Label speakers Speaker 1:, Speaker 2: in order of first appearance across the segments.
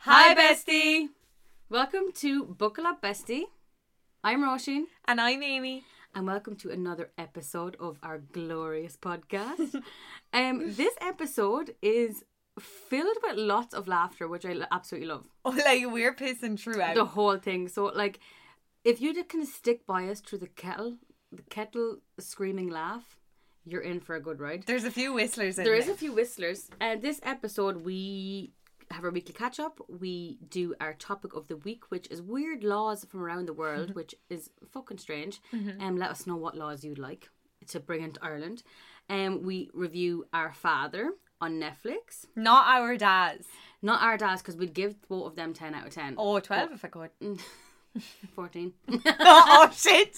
Speaker 1: Hi, bestie.
Speaker 2: Welcome to Buckle Up Bestie. I'm Roisin,
Speaker 1: And I'm Amy.
Speaker 2: and welcome to another episode of our glorious podcast. um, this episode is filled with lots of laughter, which I l- absolutely love.
Speaker 1: Oh, like we're pissing throughout.
Speaker 2: The whole thing. So, like, if you just kind of stick by us through the kettle, the kettle screaming laugh, you're in for a good ride.
Speaker 1: There's a few whistlers in
Speaker 2: There
Speaker 1: there.
Speaker 2: is a few whistlers. And this episode, we have our weekly catch up. We do our topic of the week, which is weird laws from around the world, which is fucking strange. Um, let us know what laws you'd like to bring into Ireland. Um, we review Our Father on Netflix.
Speaker 1: Not our dads.
Speaker 2: Not Our Dads, because we'd give both of them 10 out of 10.
Speaker 1: Oh, 12 if I could.
Speaker 2: 14.
Speaker 1: oh, shit.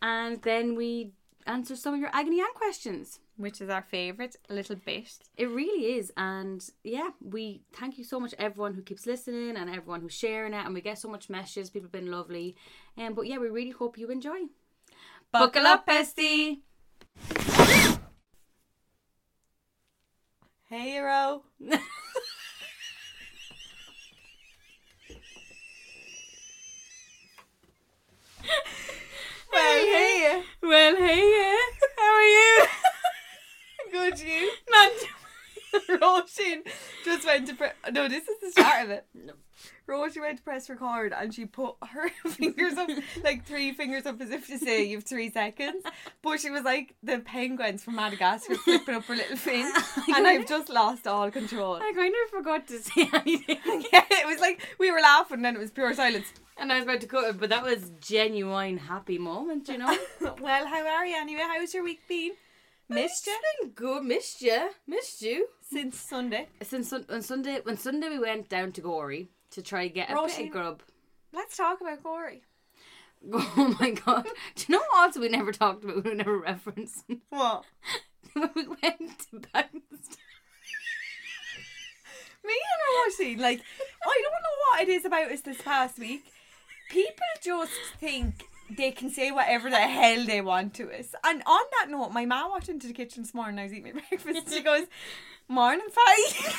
Speaker 2: and then we answer some of your agony aunt questions.
Speaker 1: Which is our favourite little bit.
Speaker 2: It really is. And yeah, we thank you so much, everyone who keeps listening and everyone who's sharing it. And we get so much messages. People have been lovely. Um, but yeah, we really hope you enjoy. Buckle up, bestie.
Speaker 1: Hey, Ro. well, hey.
Speaker 2: Well, hey, how are you?
Speaker 1: Good, you.
Speaker 2: Not
Speaker 1: Roisin just went to press. No, this is the start of it. No. Roisin went to press record and she put her fingers up, like three fingers up, as if to say you've three seconds. But she was like the penguins from Madagascar flipping up her little fin, and I've just lost all control.
Speaker 2: I kind of forgot to say anything.
Speaker 1: Yeah, it was like we were laughing, and then it was pure silence.
Speaker 2: And I was about to cut it, but that was genuine happy moment, you know?
Speaker 1: well, how are you anyway? How's your week been? Missed you
Speaker 2: Been good. Missed you. Missed you.
Speaker 1: since Sunday.
Speaker 2: Since sun- on Sunday, when Sunday we went down to Gory to try and get a bit
Speaker 1: Roisin.
Speaker 2: of grub.
Speaker 1: Let's talk about Gory.
Speaker 2: Oh my god! Do you know what else we never talked about? We never referenced
Speaker 1: What?
Speaker 2: when we went to Bounce.
Speaker 1: Me and Roisin, like, I don't know what it is about us this past week. People just think they can say whatever the hell they want to us. And on that note, my mom walked into the kitchen this morning. I was eating my breakfast. She goes, "Morning, Faye."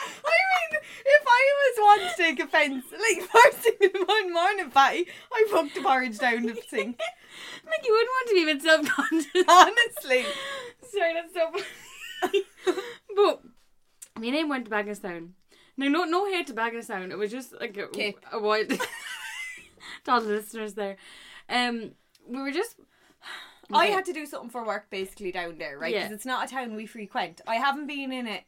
Speaker 1: I mean, if I was one to take offence, like first thing in the morning, morning, Fatty, I fucked the porridge down the sink.
Speaker 2: Like you wouldn't want to be a bit self-conscious.
Speaker 1: Oh. Honestly,
Speaker 2: Sorry, that's so funny. but me and him went to Bagginstown. No, no, no hate to Bagginstown. It was just like a,
Speaker 1: Okay.
Speaker 2: a wild. to all the listeners there, um, we were just
Speaker 1: I had to do something for work basically down there, right? Because
Speaker 2: Yeah.
Speaker 1: it's not a town we frequent. I haven't been in it.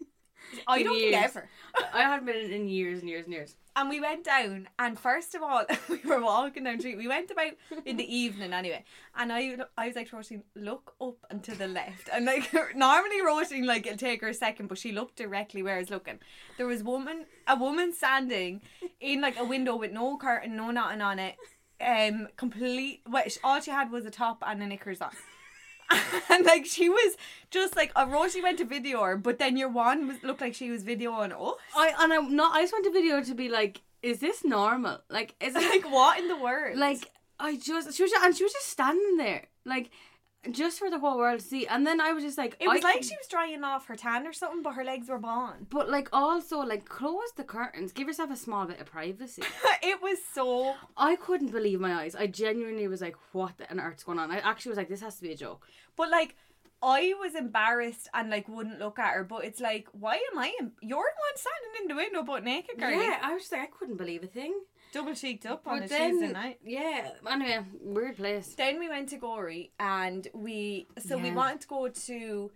Speaker 1: I
Speaker 2: In
Speaker 1: don't think
Speaker 2: years.
Speaker 1: ever.
Speaker 2: I hadn't been in, in years and years and years.
Speaker 1: And we went down, and first of all, we were walking down the street. We went about in the evening anyway, and I, I was like to Roisin, look up and to the left. And like normally Roisin like it'll take her a second, but she looked directly where I was looking. There was woman, a woman standing in like a window with no curtain, no nothing on it. Um, complete. Well, sh- all she had was a top and a knickers on. And like she was just like a Rosie went to video her, but then your one was looked like she was videoing us.
Speaker 2: I and I'm not. I just want the video to be like, is this normal? Like, is it
Speaker 1: Like what in the world?
Speaker 2: like I just she was and she was just standing there like just for the whole world to see and then I was just like
Speaker 1: It was
Speaker 2: I-
Speaker 1: like she was drying off her tan or something, but her legs were bond.
Speaker 2: but like also like close the curtains give yourself a small bit of privacy
Speaker 1: it was so.
Speaker 2: I couldn't believe my eyes I genuinely was like what on earth's going on I actually was like this has to be a joke
Speaker 1: But like, I was embarrassed and like wouldn't look at her. But it's like, why am I? Em- You're the one standing in the window, but naked, girl.
Speaker 2: yeah I was just like I couldn't believe a thing
Speaker 1: Double cheeked up on
Speaker 2: but
Speaker 1: a
Speaker 2: then
Speaker 1: Tuesday night.
Speaker 2: yeah anyway weird place
Speaker 1: Then we went to Gory and we so we
Speaker 2: Yeah.
Speaker 1: wanted to go to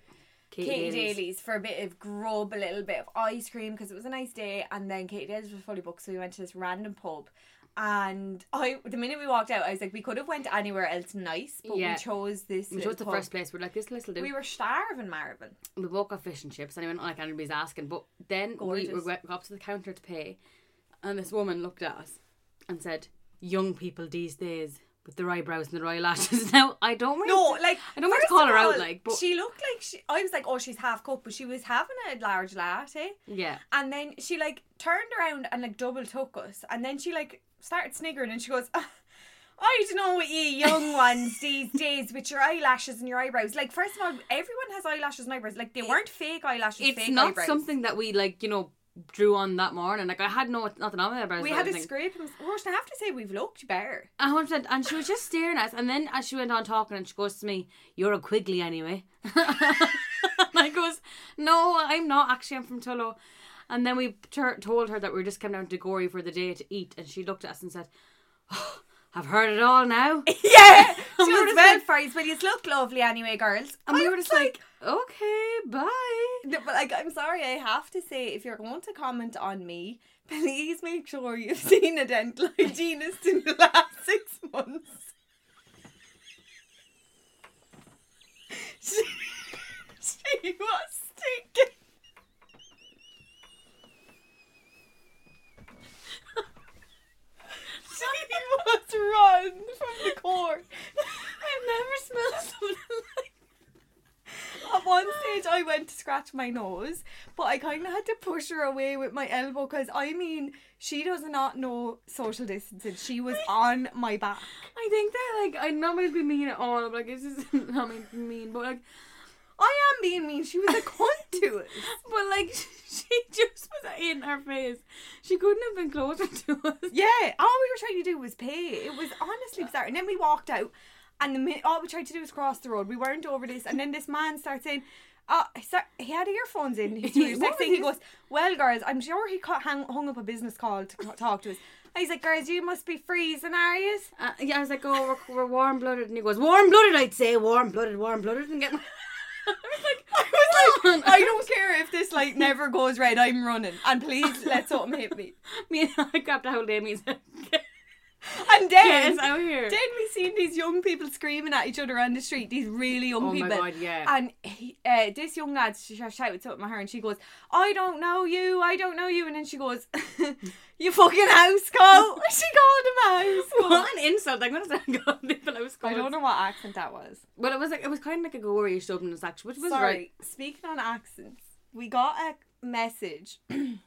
Speaker 2: Katie,
Speaker 1: Katie
Speaker 2: Daly's.
Speaker 1: Daly's for a bit of grub, a little bit of ice cream because it was a nice day. And then Katie Daly's was fully booked, so we went to this random pub. And I, the minute we walked out, I was like, we could have went anywhere else nice, but
Speaker 2: Yeah.
Speaker 1: we chose this.
Speaker 2: which
Speaker 1: little
Speaker 2: was the
Speaker 1: pub.
Speaker 2: first place we're like this little do
Speaker 1: We
Speaker 2: we,
Speaker 1: were starving, Marvin.
Speaker 2: woke up fish and chips and I went like anybody's asking but then we
Speaker 1: Gorgeous.
Speaker 2: were got up to the counter to pay and this woman looked at us and said young people these days with their eyebrows and their eyelashes now I don't want
Speaker 1: No,
Speaker 2: to-
Speaker 1: like
Speaker 2: I don't want to
Speaker 1: first
Speaker 2: call
Speaker 1: of
Speaker 2: her out
Speaker 1: all,
Speaker 2: like but
Speaker 1: she looked like she. I was like, oh, she's half cup, but she was having a large latte.
Speaker 2: yeah
Speaker 1: And then she like turned around and like double took us. And then she like started sniggering and she goes, "Ah, I don't know what you young ones these days with your eyelashes and your eyebrows. Like, first of all, everyone has eyelashes and eyebrows. Like, they weren't fake eyelashes.
Speaker 2: It's
Speaker 1: fake
Speaker 2: not
Speaker 1: eyebrows.
Speaker 2: something that we like, you know, drew on that morning. Like I had no nothing on my eyebrows.
Speaker 1: We
Speaker 2: or
Speaker 1: had to
Speaker 2: anything.
Speaker 1: scrape them. Roisin, I have to say, we've looked better.
Speaker 2: A hundred percent. And she was just staring at us. And then as she went on talking, and she goes to me, "You're a Quigley anyway." and I goes, "No, I'm not. Actually, I'm from Tullow." And then we tur told her that we just came down to Gory for the day to eat, and she looked at us and said, oh, "I've heard it all now."
Speaker 1: Yeah,
Speaker 2: And
Speaker 1: she
Speaker 2: we
Speaker 1: would
Speaker 2: would've
Speaker 1: have
Speaker 2: said-
Speaker 1: said first, "Well, you look lovely anyway, girls."
Speaker 2: And we
Speaker 1: I
Speaker 2: were
Speaker 1: was
Speaker 2: just like, "Okay, bye."
Speaker 1: No, but like, I'm sorry, I have to say, if you're going to comment on me, please make sure you've seen a dental hygienist in the last six months. she, she was stinking. she was run from the core.
Speaker 2: I've never smelled something like.
Speaker 1: At one stage, I went to scratch my nose, but I kind of had to push her away with my elbow because I mean, she does not know social distancing. She was on my back.
Speaker 2: I think that like I'm not meant to be mean at all. I'm like this is not meant to be mean, but like
Speaker 1: I am being mean. She was a cunt to it.
Speaker 2: But like she just was in our face. She couldn't have been closer to us.
Speaker 1: Yeah, all we were trying to do was pay. It was honestly bizarre. And then we walked out, and the mi- all we tried to do was cross the road. We weren't over this, and then this man starts saying, "Ah, he start- he had earphones in." He threw his
Speaker 2: What
Speaker 1: next thing
Speaker 2: was
Speaker 1: he
Speaker 2: his-
Speaker 1: goes, "Well, girls, I'm sure he caught, hang- hung up a business call to co- talk to us." And he's like, "Girls, you must be freezing, are you?"
Speaker 2: Uh, yeah, I was like, oh, we're, we're warm blooded, and he goes, warm blooded, I'd say, warm blooded, warm blooded, and get. I was like,
Speaker 1: I was
Speaker 2: "Come
Speaker 1: like,
Speaker 2: on."
Speaker 1: I don't care if this light never goes red. I'm running, and please let something hit me.
Speaker 2: Me and I grabbed a hold of me and said,
Speaker 1: And then,
Speaker 2: yes, out here.
Speaker 1: then we seen these young people screaming at each other on the street. These really young
Speaker 2: Oh my
Speaker 1: people.
Speaker 2: God, yeah.
Speaker 1: And he, uh, this young lad sh- sh- shouted something at her, and she goes, "I don't know you. I don't know you." And then she goes, "You fucking house call." she called him house.
Speaker 2: What an insult! I'm gonna say, God, people, I was
Speaker 1: I
Speaker 2: going.
Speaker 1: don't know what accent that was.
Speaker 2: Well, it was like it was kind of like a gory showbiz action, which was
Speaker 1: Sorry.
Speaker 2: right.
Speaker 1: Speaking on accents, we got a message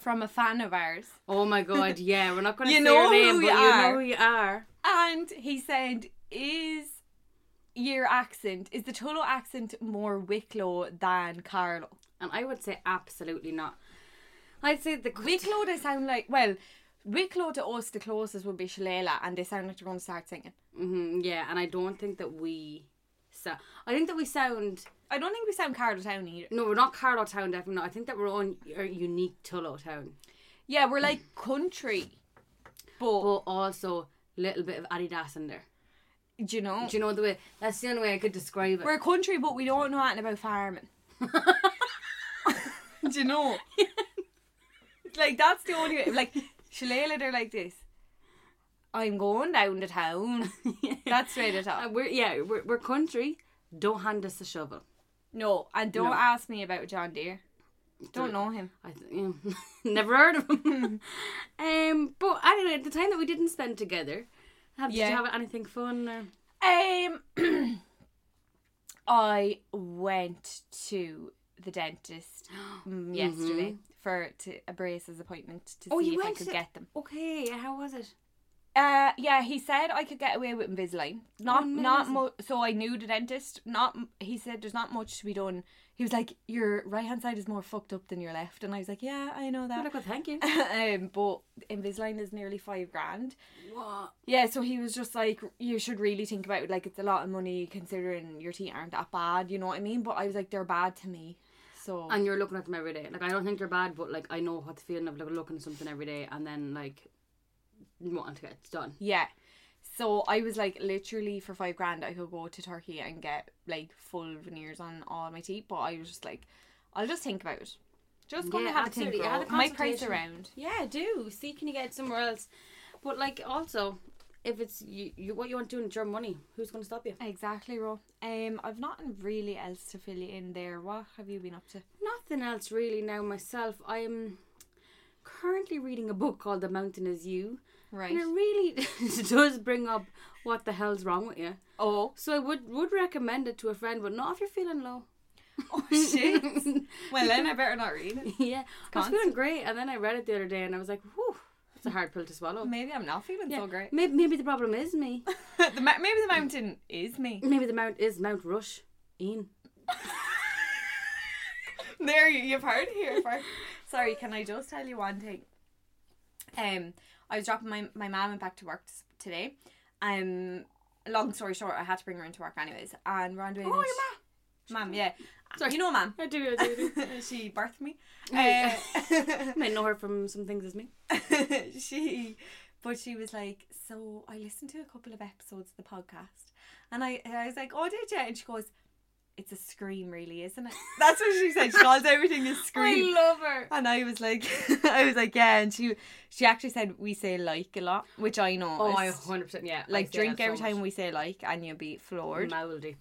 Speaker 1: from a fan of ours.
Speaker 2: Oh my God, yeah, we're not gonna
Speaker 1: You
Speaker 2: say
Speaker 1: know
Speaker 2: your name,
Speaker 1: who
Speaker 2: but
Speaker 1: you
Speaker 2: you know
Speaker 1: are.
Speaker 2: who you are.
Speaker 1: And he said, Is your accent, is the Tolo accent more Wicklow than Carlo?
Speaker 2: And I would say absolutely not. I'd say the
Speaker 1: Wicklow, they sound like, well, Wicklow to us, the closest would be Shalala, and they sound like they're going to start singing.
Speaker 2: hmm yeah, and I don't think that we. So I think that we sound
Speaker 1: I don't think we sound Carlo Town either.
Speaker 2: no, we're not Carlow Town definitely. Not. I think that we're on our unique Tullow Town,
Speaker 1: Yeah, we're like country. But,
Speaker 2: but also little bit of Adidas in there.
Speaker 1: do you know?
Speaker 2: Do you know the way? That's the only way I could describe it.
Speaker 1: We're country, but we don't know anything about farming. do you know? like, that's the only way. Like, Shalala, they're like this. I'm going down to town. That's straight at all.
Speaker 2: Uh, we're yeah, we're, we're country. Don't hand us a shovel.
Speaker 1: No, and don't
Speaker 2: No.
Speaker 1: ask me about John Deere. Don't know him.
Speaker 2: I th- yeah. never heard of them. um, but anyway, the time that we didn't spend together, have, did
Speaker 1: Yeah.
Speaker 2: you have anything fun? Or?
Speaker 1: Um, I went to the dentist mm, yesterday for to a braces appointment to
Speaker 2: Mm-hmm. Oh,
Speaker 1: see if
Speaker 2: you
Speaker 1: I
Speaker 2: went
Speaker 1: could
Speaker 2: to-
Speaker 1: get them.
Speaker 2: Okay, and how was it?
Speaker 1: Uh, yeah, he said I could get away with Invisalign. Not not
Speaker 2: amazing.
Speaker 1: much. So I knew the dentist. Not m- he said there's not much to be done. He was like your right hand side is more fucked up than your left, and I was like, yeah, I know
Speaker 2: Oh,
Speaker 1: that.
Speaker 2: look, well, thank you.
Speaker 1: um, but Invisalign is nearly five grand.
Speaker 2: what?
Speaker 1: Yeah, so he was just like, you should really think about it. Like, it's a lot of money considering your teeth aren't that bad. You know what I mean? But I was like, they're bad to me. So
Speaker 2: and you're looking at them every day. Like I don't think they're bad, but like I know what the feeling of like looking at something every day and then like wanting to get it done.
Speaker 1: yeah, so I was like, literally for five grand, I could go to Turkey and get like full veneers on all my teeth. But I was just like, I'll just think about it. Just gonna
Speaker 2: Yeah,
Speaker 1: have
Speaker 2: absolutely.
Speaker 1: a think.
Speaker 2: Have a
Speaker 1: about it. Might price
Speaker 2: consultation.
Speaker 1: around.
Speaker 2: Yeah, do see can you get it somewhere else? But like also, if it's you, you what you want doing with your money, who's going to stop you?
Speaker 1: Exactly, Ro. Um, I've nothing really else to fill you in there. What have you been up to?
Speaker 2: Nothing else really now. Myself, I'm currently reading a book called The Mountain Is You,
Speaker 1: Right.
Speaker 2: and it really does bring up what the hell's wrong with you.
Speaker 1: Oh,
Speaker 2: So I would would recommend it to a friend, but not if you're feeling low.
Speaker 1: oh shit. well, then I better not read it.
Speaker 2: Yeah, I was
Speaker 1: constant.
Speaker 2: feeling great, and then I read it the other day, and I was like, "Whew, That's a hard pill to swallow.
Speaker 1: Maybe I'm not feeling so Mm, great.
Speaker 2: Maybe, maybe the problem is me.
Speaker 1: the, ma- maybe the mountain is me.
Speaker 2: Maybe the mount is Mount Rush. Ian.
Speaker 1: There, you- you've heard here first. Sorry, can I just tell you one thing? Um, I was dropping my my mom and back to work s- today. Um, long story short, I had to bring her into work anyways, and we're on doing.
Speaker 2: Oh,
Speaker 1: your mom. Mom, yeah.
Speaker 2: Sorry.
Speaker 1: You know, mom.
Speaker 2: I do, I do, I do.
Speaker 1: she birthed me.
Speaker 2: Hey.
Speaker 1: Uh,
Speaker 2: You might know her from some things as me.
Speaker 1: she but she was like so i listened to a couple of episodes of the podcast and i and i was like oh did you and she goes it's a scream really isn't it that's what she said she calls everything a scream
Speaker 2: love her.
Speaker 1: and i was like i was like yeah and she she actually said we say like a lot which i know
Speaker 2: Oh,
Speaker 1: is-
Speaker 2: I 100% yeah. I
Speaker 1: like
Speaker 2: say that
Speaker 1: drink
Speaker 2: so
Speaker 1: every
Speaker 2: much.
Speaker 1: time we say like and you'll be floored
Speaker 2: Mouldy.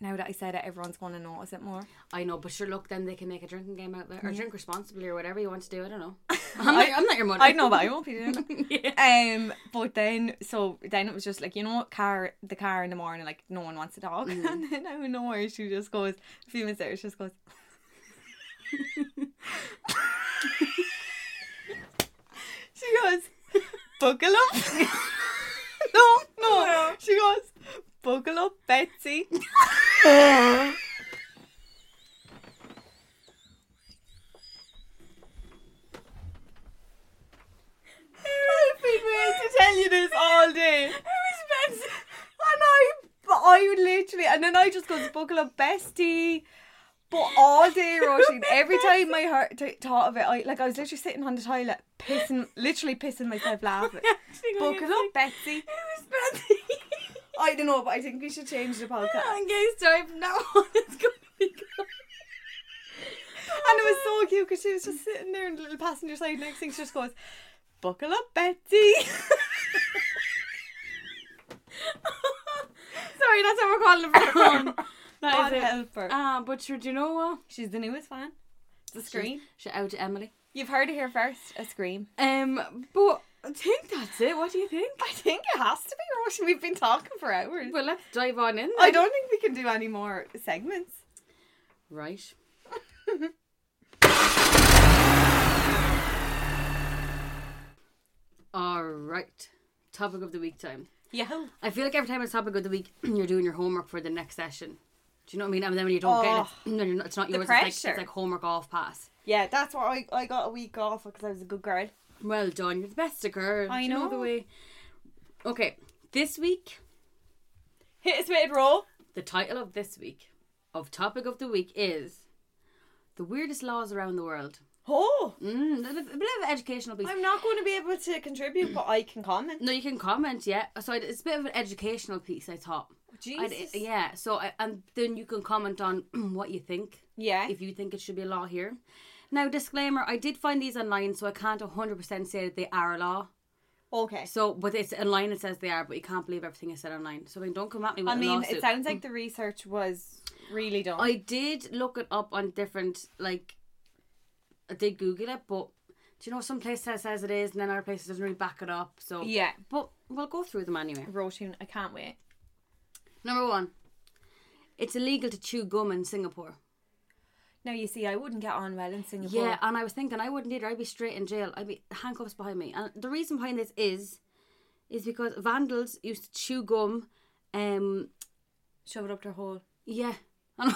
Speaker 1: now that i said it everyone's going to notice it more
Speaker 2: I know, but sure, look, then they can make a drinking game out of it, or drink responsibly, or whatever you want to do. I don't know. I'm, not, I'm not your mother.
Speaker 1: Mm-hmm. i know but i won't be doing it
Speaker 2: yeah.
Speaker 1: Um, but then so then it was just like you know what car the car in the morning like no one wants a dog and then out of nowhere she just goes a few minutes later she just goes she goes buckle up no no she goes buckle up Betsy I've been waiting to tell you this all day. Who is Betsy? And I, but I literally, and then I just go to buckle up bestie. But all day, Roisin, every time I heard, t- thought of it, I like I was literally sitting on the toilet, pissing, literally pissing myself laughing. Buckle up, Betsy.
Speaker 2: Who's Betsy?
Speaker 1: I don't know, but I think we should change the podcast.
Speaker 2: I'm gay, sorry, from now on it's going to be good.
Speaker 1: And it was so cute because she was just sitting there in the little passenger side. Next thing, she just goes, "Buckle up, Betsy."
Speaker 2: Sorry, that's what we're calling it from now on.
Speaker 1: God
Speaker 2: That is it.
Speaker 1: help her.
Speaker 2: Ah, but sure, do you know what?
Speaker 1: She's the newest fan. The scream.
Speaker 2: Shout out to Emily.
Speaker 1: You've heard it here first. A scream.
Speaker 2: Um, but I think that's it. What do you think?
Speaker 1: I think it has to be Russian. We've been talking for hours.
Speaker 2: Well, let's dive on in.
Speaker 1: I don't think we can do any more segments.
Speaker 2: Right. All right. Topic of the week time.
Speaker 1: Yeah.
Speaker 2: I feel like every time it's topic of the week, you're doing your homework for the next session. Do you know what I mean? And then when you don't get it, it's, no, no, no, it's not yours. It's like,
Speaker 1: Oh, pressure.
Speaker 2: it's like homework off pass.
Speaker 1: Yeah, that's why I, I got a week off because I was a good girl.
Speaker 2: Well done. You're the best of girls.
Speaker 1: I
Speaker 2: You know the
Speaker 1: know.
Speaker 2: way. Okay. This week,
Speaker 1: Hit us with roll.
Speaker 2: the title of this week, of topic of the week is the weirdest laws around the world.
Speaker 1: Oh,
Speaker 2: Mm, a bit of an educational piece.
Speaker 1: I'm not going to be able to contribute, but I can comment.
Speaker 2: No, you can comment, yeah. So I- it's a bit of an educational piece, I thought. I'd-
Speaker 1: Jesus.
Speaker 2: yeah, so I, and then you can comment on what you think,
Speaker 1: Yeah.
Speaker 2: if you think it should be a law here. Now, disclaimer, I did find these online, so I can't 100% say that they are a law.
Speaker 1: Okay.
Speaker 2: So, but it's online, it says they are, but you can't believe everything I said online. So, I mean, don't come at me with
Speaker 1: I
Speaker 2: a
Speaker 1: mean,
Speaker 2: lawsuit.
Speaker 1: it sounds like the research was really done.
Speaker 2: I did look it up on different, like, I did Google it, but do you know, some place says, says it is, and then other places doesn't really back it up, so.
Speaker 1: yeah.
Speaker 2: But we'll go through them anyway.
Speaker 1: Roisin, I can't wait.
Speaker 2: Number one, it's illegal to chew gum in Singapore.
Speaker 1: Now, you see, I wouldn't get on well in Singapore.
Speaker 2: Yeah, and I was thinking I wouldn't either. I'd be straight in jail. I'd be handcuffs behind me. And the reason behind this is, is because vandals used to chew gum. Um,
Speaker 1: Shove it up their hole.
Speaker 2: yeah. And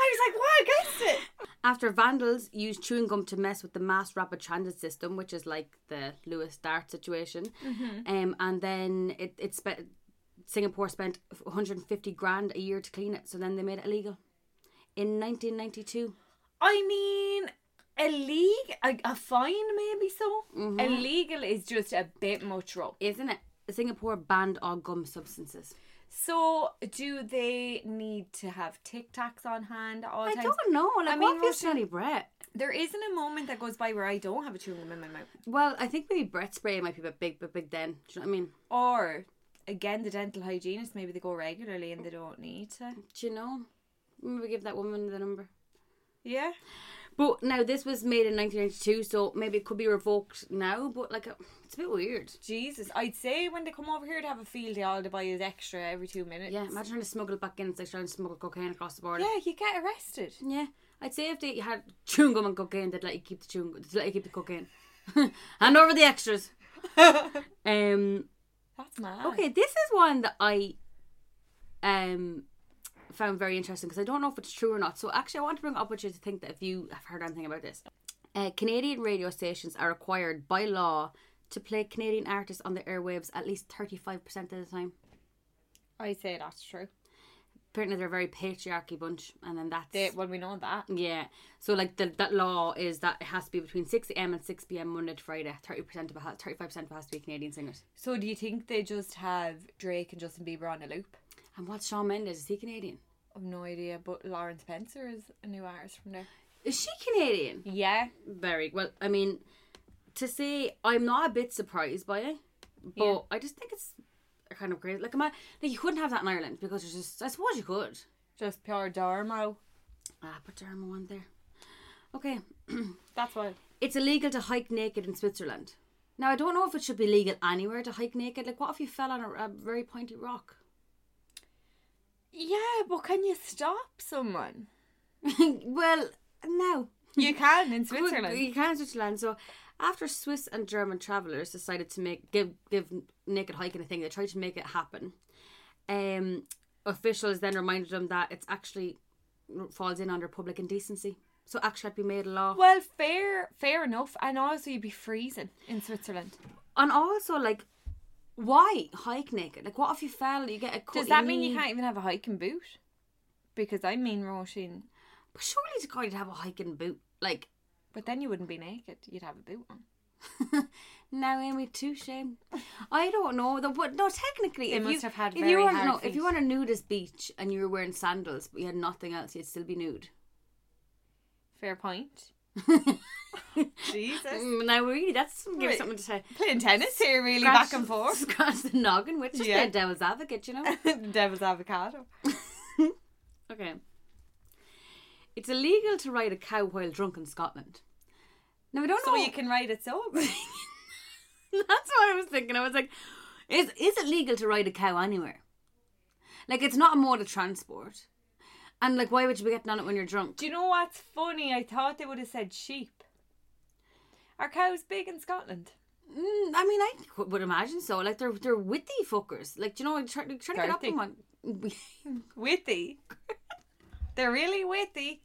Speaker 1: I was like, wow, I guessed it.
Speaker 2: After vandals used chewing gum to mess with the mass rapid transit system, which is like the Lewis Dart situation, um, and then it it spent Singapore spent 150 grand a year to clean it. So then they made it illegal in 1992.
Speaker 1: I mean, illegal, a, a fine maybe so.
Speaker 2: Mm-hmm.
Speaker 1: Illegal is just a bit much rough.
Speaker 2: isn't it? Singapore banned all gum substances.
Speaker 1: So, do they need to have Tic Tacs on hand at all
Speaker 2: I
Speaker 1: times?
Speaker 2: don't know. Like,
Speaker 1: mean,
Speaker 2: what feels
Speaker 1: Roisin-
Speaker 2: smelly Brett?
Speaker 1: There isn't a moment that goes by where I don't have a chewing gum in my mouth.
Speaker 2: Well, I think maybe Brett spray might be a bit big, but big then. Do you know what I mean?
Speaker 1: Or, again, the dental hygienist, maybe they go regularly and they don't need to.
Speaker 2: Do you know? Maybe give that woman the number.
Speaker 1: Yeah.
Speaker 2: But now this was made in 1992, so maybe it could be revoked now. But like, it's a bit weird.
Speaker 1: Jesus. I'd say when they come over here to have a field day, all they buy is extra every two minutes.
Speaker 2: Yeah, imagine trying to smuggle it back in. It's like trying to smuggle cocaine across the border.
Speaker 1: Yeah, you get arrested.
Speaker 2: Yeah. I'd say if they had chewing gum and cocaine, they'd let you keep the chewing gum. They'd let you keep the cocaine. Hand over the extras.
Speaker 1: That's
Speaker 2: Um,
Speaker 1: mad.
Speaker 2: okay, this is one that I um found very interesting because I don't know if it's true or not. So actually, I want to bring it up with you to think that if you have heard anything about this, uh, Canadian radio stations are required by law to play Canadian artists on the airwaves at least thirty five percent of the time.
Speaker 1: I say that's true.
Speaker 2: Apparently, they're a very patriarchy bunch, and then that's
Speaker 1: They, well, we know that.
Speaker 2: Yeah. So like the, that law is that it has to be between six a.m. and six p.m. Monday to Friday. Thirty percent of it, thirty five percent of it has to be Canadian singers.
Speaker 1: So do you think they just have Drake and Justin Bieber on a loop?
Speaker 2: And what's Shawn Mendes? Is he Canadian?
Speaker 1: I've no idea, but Lauren Spencer is a new artist from there.
Speaker 2: Is she Canadian?
Speaker 1: Yeah.
Speaker 2: Very well. I mean, to say I'm not a bit surprised by it, but
Speaker 1: Yeah.
Speaker 2: I just think it's kind of crazy. Like, am I like you couldn't have that in Ireland because there's just I suppose you could.
Speaker 1: Just pure Darmo.
Speaker 2: Ah, put Derma one there. Okay,
Speaker 1: That's why.
Speaker 2: it's illegal to hike naked in Switzerland. Now I don't know if it should be legal anywhere to hike naked. Like, what if you fell on a, a very pointy rock?
Speaker 1: Yeah, but can you stop someone?
Speaker 2: well, no.
Speaker 1: You can in
Speaker 2: Good- You can in Switzerland. So, after Swiss and German travellers decided to make give give naked hiking a thing, they tried to make it happen. Um, officials then reminded them that it's actually falls in under public indecency. So, actually, had to be made a law.
Speaker 1: Well, fair, fair enough. And also, you'd be freezing in Switzerland.
Speaker 2: And also, like, why hike naked? Like, what if you fell? You get a cut.
Speaker 1: Does
Speaker 2: in
Speaker 1: that
Speaker 2: your
Speaker 1: mean you
Speaker 2: knee?
Speaker 1: can't even have a hiking boot? Because I mean, Roisin.
Speaker 2: But surely it's going to have a hiking boot. Like,
Speaker 1: But then you wouldn't be naked. You'd have a boot on.
Speaker 2: now Amy touche. I don't know. The, what, no, technically,
Speaker 1: They
Speaker 2: if
Speaker 1: must
Speaker 2: you,
Speaker 1: have had
Speaker 2: if
Speaker 1: very
Speaker 2: you were,
Speaker 1: hard
Speaker 2: no, if you
Speaker 1: feet.
Speaker 2: were on a nudist beach and you were wearing sandals but you had nothing else, you'd still be nude.
Speaker 1: Fair point. Jesus.
Speaker 2: Mm, now, really, that's give you
Speaker 1: Right.
Speaker 2: something to say.
Speaker 1: Playing tennis here, really, back and forth.
Speaker 2: Scratch the noggin, which is
Speaker 1: Yeah.
Speaker 2: the devil's advocate, you know.
Speaker 1: Devil's avocado.
Speaker 2: okay. It's illegal to ride a cow while drunk in Scotland. Now I don't
Speaker 1: So
Speaker 2: know.
Speaker 1: you can ride it so.
Speaker 2: That's what I was thinking. I was like, is is it legal to ride a cow anywhere? Like it's not a mode of transport. And like why would you be getting on it when you're drunk?
Speaker 1: Do you know what's funny? I thought they would have said sheep. Are cows big in Scotland?
Speaker 2: Mm, I mean I qu- would imagine so. Like they're they're witty fuckers. Like do you know try, try to get up
Speaker 1: Girthy.
Speaker 2: on one.
Speaker 1: Witty. They're really witty.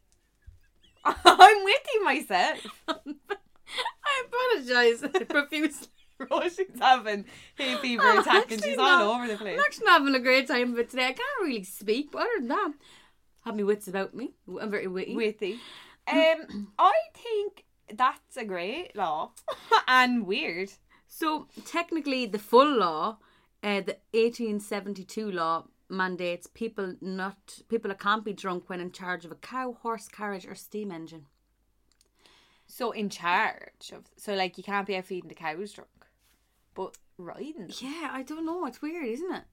Speaker 1: I'm witty myself.
Speaker 2: I apologize profusely.
Speaker 1: Roisin's having hay fever
Speaker 2: I'm
Speaker 1: attack and
Speaker 2: Oh, actually
Speaker 1: she's
Speaker 2: not-
Speaker 1: all over the place.
Speaker 2: I'm actually not having a great time, but today I can't really speak. But other than that, have my wits about me. I'm very witty.
Speaker 1: Witty. Um, I think that's a great law and weird.
Speaker 2: So technically, the full law, uh, the 1872 law mandates people not people that can't be drunk when in charge of a cow, horse, carriage, or steam engine.
Speaker 1: So in charge of, so like you can't be out feeding the cows drunk, but riding. them.
Speaker 2: Yeah, I don't know. It's weird, isn't it?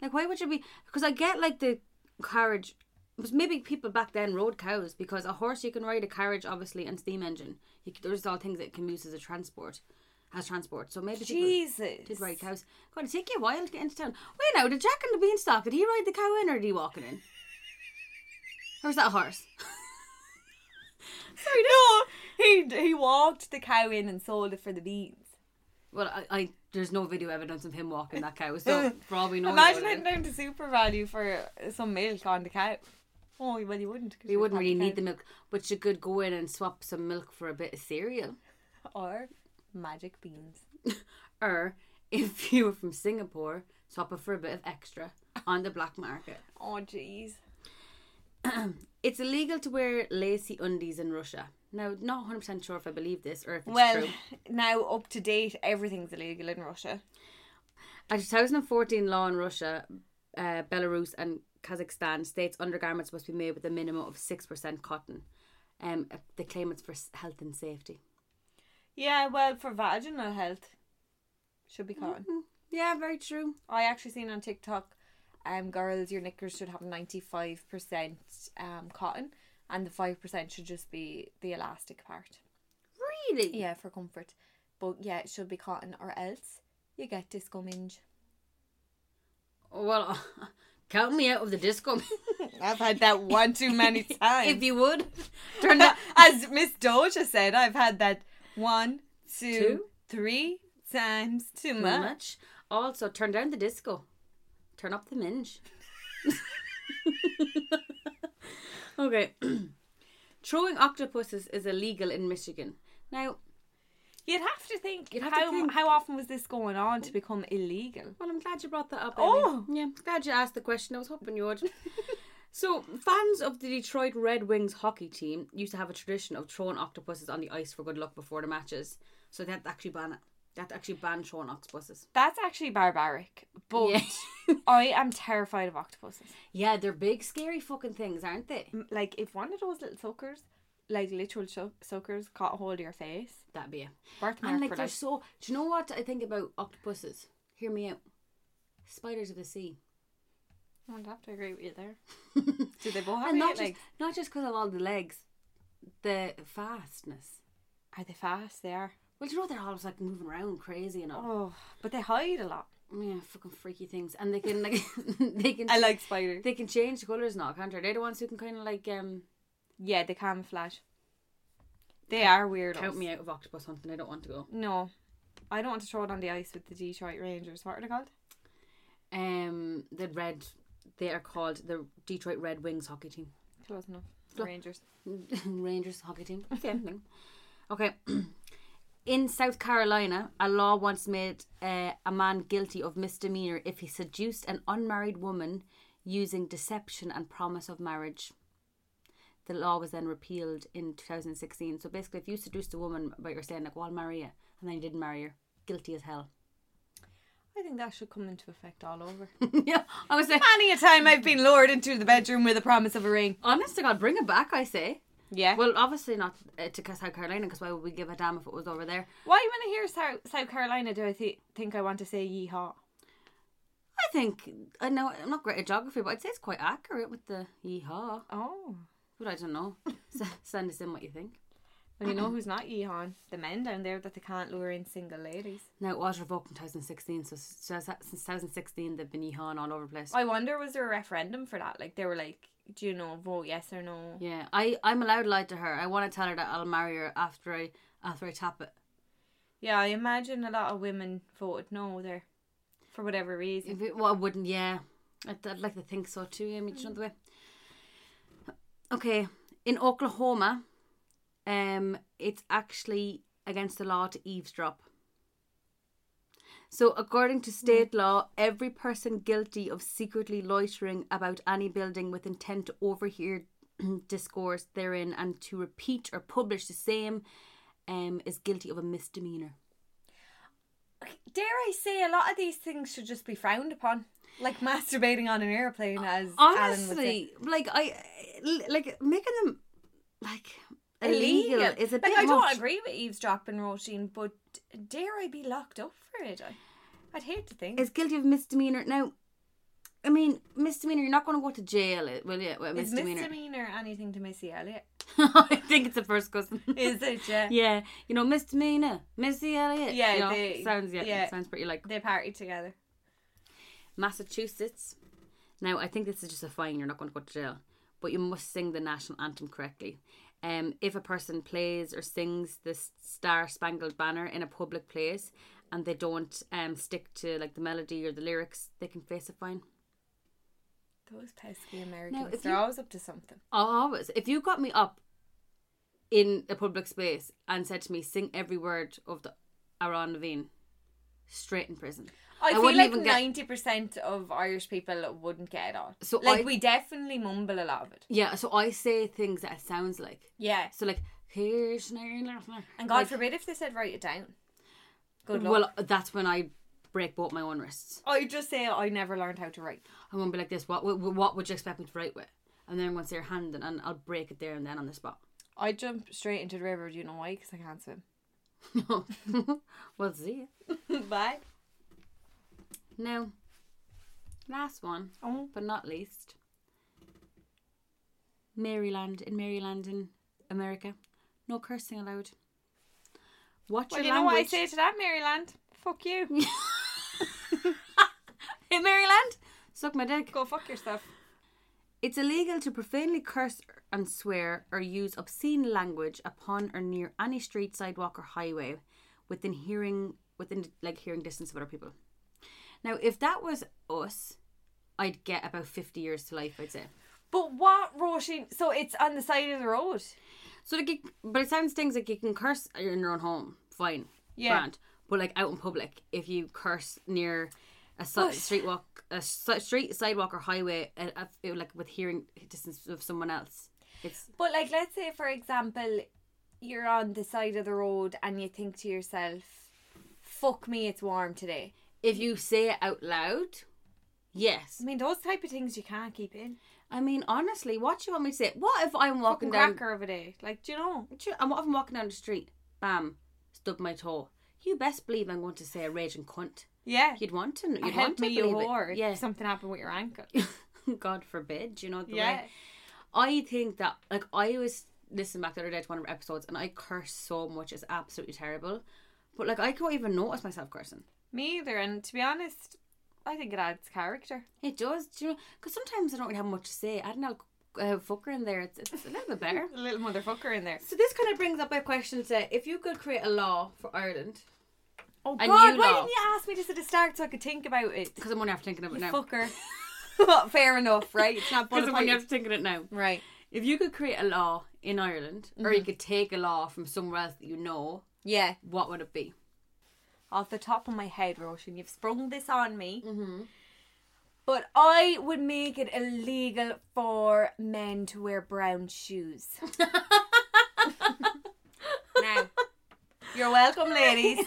Speaker 2: Like, why would you be? Because I get like the carriage. Because maybe people back then rode cows because a horse you can ride, a carriage obviously, and steam engine. You, c- there's all things that can be used as a transport, as transport. So maybe people-
Speaker 1: Jesus.
Speaker 2: Did ride cows. God, it take you a while to get into town. Wait now, did Jack and the Beanstalk, did he ride the cow in or did he walk it in? Or was that a horse?
Speaker 1: Sorry, no. He he walked the cow in and sold it for the beans.
Speaker 2: Well, I, I there's no video evidence of him walking that cow, so probably Oh, no.
Speaker 1: Imagine heading down to Super Value for some milk on the cow. Oh well, you wouldn't. 'cause
Speaker 2: You
Speaker 1: you'd
Speaker 2: wouldn't
Speaker 1: have
Speaker 2: really
Speaker 1: cow.
Speaker 2: need the milk, but you could go in and swap some milk for a bit of cereal.
Speaker 1: Or magic beans.
Speaker 2: Or if you were from Singapore, swap it for a bit of extra on the black market.
Speaker 1: Oh jeez.
Speaker 2: It's illegal to wear lacy undies in Russia. Now, not 100% sure if I believe this or if it's
Speaker 1: Well,
Speaker 2: true.
Speaker 1: now up to date, everything's illegal in Russia.
Speaker 2: A 2014 law in Russia, uh, Belarus, and Kazakhstan states undergarments must be made with a minimum of 6% cotton. Um, they claim it's for s- health and safety.
Speaker 1: Yeah, well, for vaginal health, should be cotton.
Speaker 2: Yeah, very true.
Speaker 1: I actually seen on TikTok, um, girls, your knickers should have ninety five percent um cotton, and the five percent should just be the elastic part.
Speaker 2: Really?
Speaker 1: Yeah, for comfort. But yeah, it should be cotton or else you get disco minge.
Speaker 2: Well, count me out of the disco.
Speaker 1: I've had that one too many times.
Speaker 2: if you would. Turn that.
Speaker 1: As Miss Doja said, I've had that one two,
Speaker 2: Two.
Speaker 1: three times too
Speaker 2: Too
Speaker 1: much.
Speaker 2: much. Also, turn down the disco. Turn up the minge. okay. Throwing octopuses is illegal in Michigan. Now,
Speaker 1: You'd have to think
Speaker 2: You'd have to
Speaker 1: how
Speaker 2: think.
Speaker 1: how often was this going on to become illegal?
Speaker 2: well, I'm glad you brought that up.
Speaker 1: Oh.
Speaker 2: Eileen. yeah. Glad you asked the question. I was hoping you would. so, fans of the Detroit Red Wings hockey team used to have a tradition of throwing octopuses on the ice for good luck before the matches. So they had to actually ban it. They had to actually ban throwing octopuses.
Speaker 1: That's actually barbaric,
Speaker 2: Oh.
Speaker 1: but
Speaker 2: Yeah.
Speaker 1: I am terrified of octopuses.
Speaker 2: yeah, they're big, scary fucking things, aren't they?
Speaker 1: M- Like if one of those little suckers, like literal sho- suckers, caught hold of your face,
Speaker 2: That'd be it.
Speaker 1: birthmark
Speaker 2: And like
Speaker 1: for
Speaker 2: they're
Speaker 1: life.
Speaker 2: so. Do you know what I think about octopuses? Hear me out. Spiders of the sea.
Speaker 1: I'd have to agree with you there.
Speaker 2: and
Speaker 1: Do they both have eight
Speaker 2: not just
Speaker 1: legs?
Speaker 2: not just because of all the legs, the fastness.
Speaker 1: Are they fast? They are.
Speaker 2: Well, do you know they're always like moving around crazy and all.
Speaker 1: Oh, but they hide a lot.
Speaker 2: Yeah, fucking freaky things, and they can like they can
Speaker 1: I like spiders.
Speaker 2: they can change the colors now, can't they? They're the ones who can kind of like um
Speaker 1: yeah, they camouflage. They are weirdos.
Speaker 2: count me out of octopus hunting. I don't want to go.
Speaker 1: No, I don't want to throw it on the ice with the Detroit Rangers. What are they called?
Speaker 2: Um, the red they are called the Detroit Red Wings hockey team.
Speaker 1: Close enough.
Speaker 2: Flo-
Speaker 1: Rangers.
Speaker 2: Rangers hockey team. Same thing. Okay. In South Carolina, a law once made uh, a man guilty of misdemeanor if he seduced an unmarried woman using deception and promise of marriage. The law was then repealed in 2016. So basically, if you seduced a woman by your saying, like, well, I'll marry you, and then you didn't marry her, guilty as hell.
Speaker 1: I think that should come into effect all over.
Speaker 2: yeah, I was like,
Speaker 1: Many a time I've been lured into the bedroom with a promise of a ring.
Speaker 2: honest to God, bring it back, I say.
Speaker 1: Yeah.
Speaker 2: Well, obviously not uh, to South Carolina, because why would we give a damn if it was over there?
Speaker 1: Why, when I hear South, South Carolina, do I thi- think I want to say yeehaw?
Speaker 2: I think I know I'm not great at geography, but I'd say it's quite accurate with the yeehaw.
Speaker 1: Oh.
Speaker 2: But I don't know. S- Send us in what you think.
Speaker 1: And you know who's not yeehawing? The men down there that they can't lure in single ladies.
Speaker 2: Now it was revoked in 2016, so s- so that- since 2016 they've been yeehawing all over the place.
Speaker 1: I wonder, was there a referendum for that? Like, they were like, do you know, vote yes or no?
Speaker 2: yeah, I I'm allowed to lie to her. I want to tell her that I'll marry her after I after I tap it.
Speaker 1: Yeah, I imagine a lot of women voted no there for whatever reason.
Speaker 2: If it, well, I wouldn't. Yeah, I'd, I'd like to think so too. I mean, do you know the way. Okay, in Oklahoma, um, it's actually against the law to eavesdrop. So, according to state law, every person guilty of secretly loitering about any building with intent to overhear discourse therein and to repeat or publish the same um, is guilty of a misdemeanor.
Speaker 1: Dare I say, a lot of these things should just be frowned upon. Like masturbating on an airplane, as Alan would say.
Speaker 2: honestly like i eh, like making them like illegal, is a
Speaker 1: like,
Speaker 2: bit
Speaker 1: I don't
Speaker 2: much.
Speaker 1: agree with eavesdropping, Roisin, but dare I be locked up for it? I, I'd hate to think.
Speaker 2: is guilty of misdemeanor now i mean misdemeanor you're not going to go to jail eh, will you with a
Speaker 1: Is
Speaker 2: misdemeanor,
Speaker 1: misdemeanor anything to Missy Elliott?
Speaker 2: i think it's the first cousin
Speaker 1: Is it? uh, Yeah.
Speaker 2: yeah you know misdemeanor missy elliott
Speaker 1: Yeah,
Speaker 2: you know,
Speaker 1: they-
Speaker 2: sounds yeah,
Speaker 1: yeah.
Speaker 2: sounds pretty like
Speaker 1: They party together.
Speaker 2: massachusetts now i think this is just a fine you're not going to go to jail but you must sing the national anthem correctly um, if a person plays or sings the S- Star Spangled Banner in a public place and they don't um, stick to like the melody or the lyrics, they can face a fine.
Speaker 1: Those pesky Americans,
Speaker 2: if
Speaker 1: they're
Speaker 2: you-
Speaker 1: always up to something.
Speaker 2: Always, if you got me up in a public space and said to me, "Sing every word of the Aron Levine," straight in prison.
Speaker 1: I, feel
Speaker 2: wouldn't
Speaker 1: like
Speaker 2: even get-
Speaker 1: ninety percent of Irish people wouldn't get it all.
Speaker 2: So
Speaker 1: like
Speaker 2: I-
Speaker 1: we definitely mumble a lot of it.
Speaker 2: Yeah, so I say things that it sounds like.
Speaker 1: Yeah,
Speaker 2: So like, Krishna,
Speaker 1: and God forbid if they said write it down. Good luck.
Speaker 2: Well, that's when I break both my own wrists.
Speaker 1: I just say I never learned how to write.
Speaker 2: I won't be like this. What what, what would you expect me to write with? And then once they're handing, and I'll break it there and then on the spot.
Speaker 1: I jump straight into the river. Do you know why? Because I can't swim.
Speaker 2: we'll see.
Speaker 1: Bye.
Speaker 2: Now, last one,
Speaker 1: Oh,
Speaker 2: but not least, Maryland in Maryland in America, no cursing allowed. What's
Speaker 1: well, you
Speaker 2: your
Speaker 1: know what I
Speaker 2: language
Speaker 1: say to that, Maryland? Fuck you.
Speaker 2: in Maryland? Suck my dick.
Speaker 1: Go fuck yourself.
Speaker 2: It's illegal to profanely curse and swear or use obscene language upon or near any street, sidewalk, or highway within hearing within like hearing distance of other people. Now, if that was us, I'd get about fifty years to life. I'd say.
Speaker 1: But what roaching? So it's on the side of the road.
Speaker 2: So like, you- but it sounds things like you can curse in your own home, fine,
Speaker 1: Yeah.
Speaker 2: grand. But like out in public, if you curse near a si-
Speaker 1: But-
Speaker 2: street walk, a si- street sidewalk or highway, uh, uh, it, like with hearing distance of someone else, it's
Speaker 1: But like, let's say for example, you're on the side of the road and you think to yourself, "Fuck me, it's warm today."
Speaker 2: if you say it out loud, yes.
Speaker 1: I mean, those type of things you can't keep in.
Speaker 2: I mean, honestly, what do you want me to say? What if I'm walking
Speaker 1: Fucking
Speaker 2: down?
Speaker 1: cracker of a day. Like, do you know?
Speaker 2: Sure, And what if I'm walking down the street? Bam, stub my toe. You best believe I'm going to say a raging cunt.
Speaker 1: Yeah.
Speaker 2: You'd want to. You'd
Speaker 1: I
Speaker 2: want
Speaker 1: help
Speaker 2: to
Speaker 1: me, you
Speaker 2: believe it.
Speaker 1: whore.
Speaker 2: Yeah.
Speaker 1: If something happened with your ankle.
Speaker 2: God forbid, you know the
Speaker 1: Yeah.
Speaker 2: way. I think that like I was listening back the other day to one of our episodes and I curse so much, it's absolutely terrible. But like I can't even notice myself cursing.
Speaker 1: Me either. And to be honest, I think it adds character.
Speaker 2: It does, do you know? Because sometimes I don't really have much to say. I don't know, uh, fucker in there. It's, it's a little bit better.
Speaker 1: A little motherfucker in there.
Speaker 2: So this kind of brings up a question: to if you could create a law for Ireland,
Speaker 1: Oh
Speaker 2: A
Speaker 1: God!
Speaker 2: new
Speaker 1: Why
Speaker 2: law.
Speaker 1: didn't you ask me this at the start so I could think about it?
Speaker 2: because I'm only after thinking of
Speaker 1: You
Speaker 2: it now.
Speaker 1: fucker. Well, Fair enough, right? It's not
Speaker 2: Because
Speaker 1: bullet
Speaker 2: I'm only
Speaker 1: point.
Speaker 2: after thinking it now.
Speaker 1: Right.
Speaker 2: If you could create a law in Ireland, or you could take a law from somewhere else that you know,
Speaker 1: Yeah.
Speaker 2: what would it be?
Speaker 1: Off the top of my head, Roshan, you've sprung this on me. But I would make it illegal for men to wear brown shoes. now, you're welcome, ladies.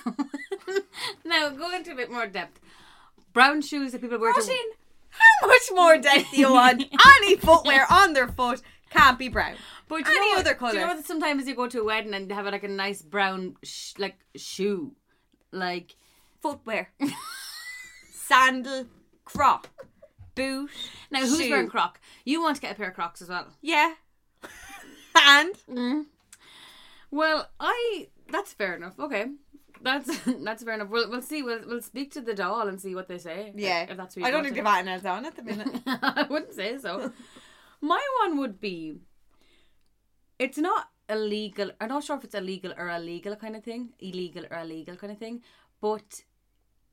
Speaker 2: now go into a bit more depth. Brown shoes that people wear.
Speaker 1: Roshan,
Speaker 2: To...
Speaker 1: how much more depth do you want? Any footwear on their foot can't be brown.
Speaker 2: But do
Speaker 1: Any
Speaker 2: know,
Speaker 1: other
Speaker 2: Do you
Speaker 1: colour.
Speaker 2: know that sometimes you go to a wedding and they have like a nice brown sh- like shoe, like
Speaker 1: Footwear, sandal, croc, boot.
Speaker 2: now who's
Speaker 1: Shoe.
Speaker 2: wearing Croc? You want to get a pair of Crocs as well.
Speaker 1: Yeah. and
Speaker 2: Well, I that's fair enough. Okay. That's that's fair enough. We'll, we'll see. We'll, we'll speak to the doll and see what they say.
Speaker 1: yeah,
Speaker 2: if, if that's what
Speaker 1: I
Speaker 2: you
Speaker 1: don't
Speaker 2: want
Speaker 1: think
Speaker 2: to-
Speaker 1: they've had anything on at the minute.
Speaker 2: I wouldn't say so. My one would be it's not illegal. I'm not sure if it's illegal or illegal kind of thing, illegal or illegal kind of thing, but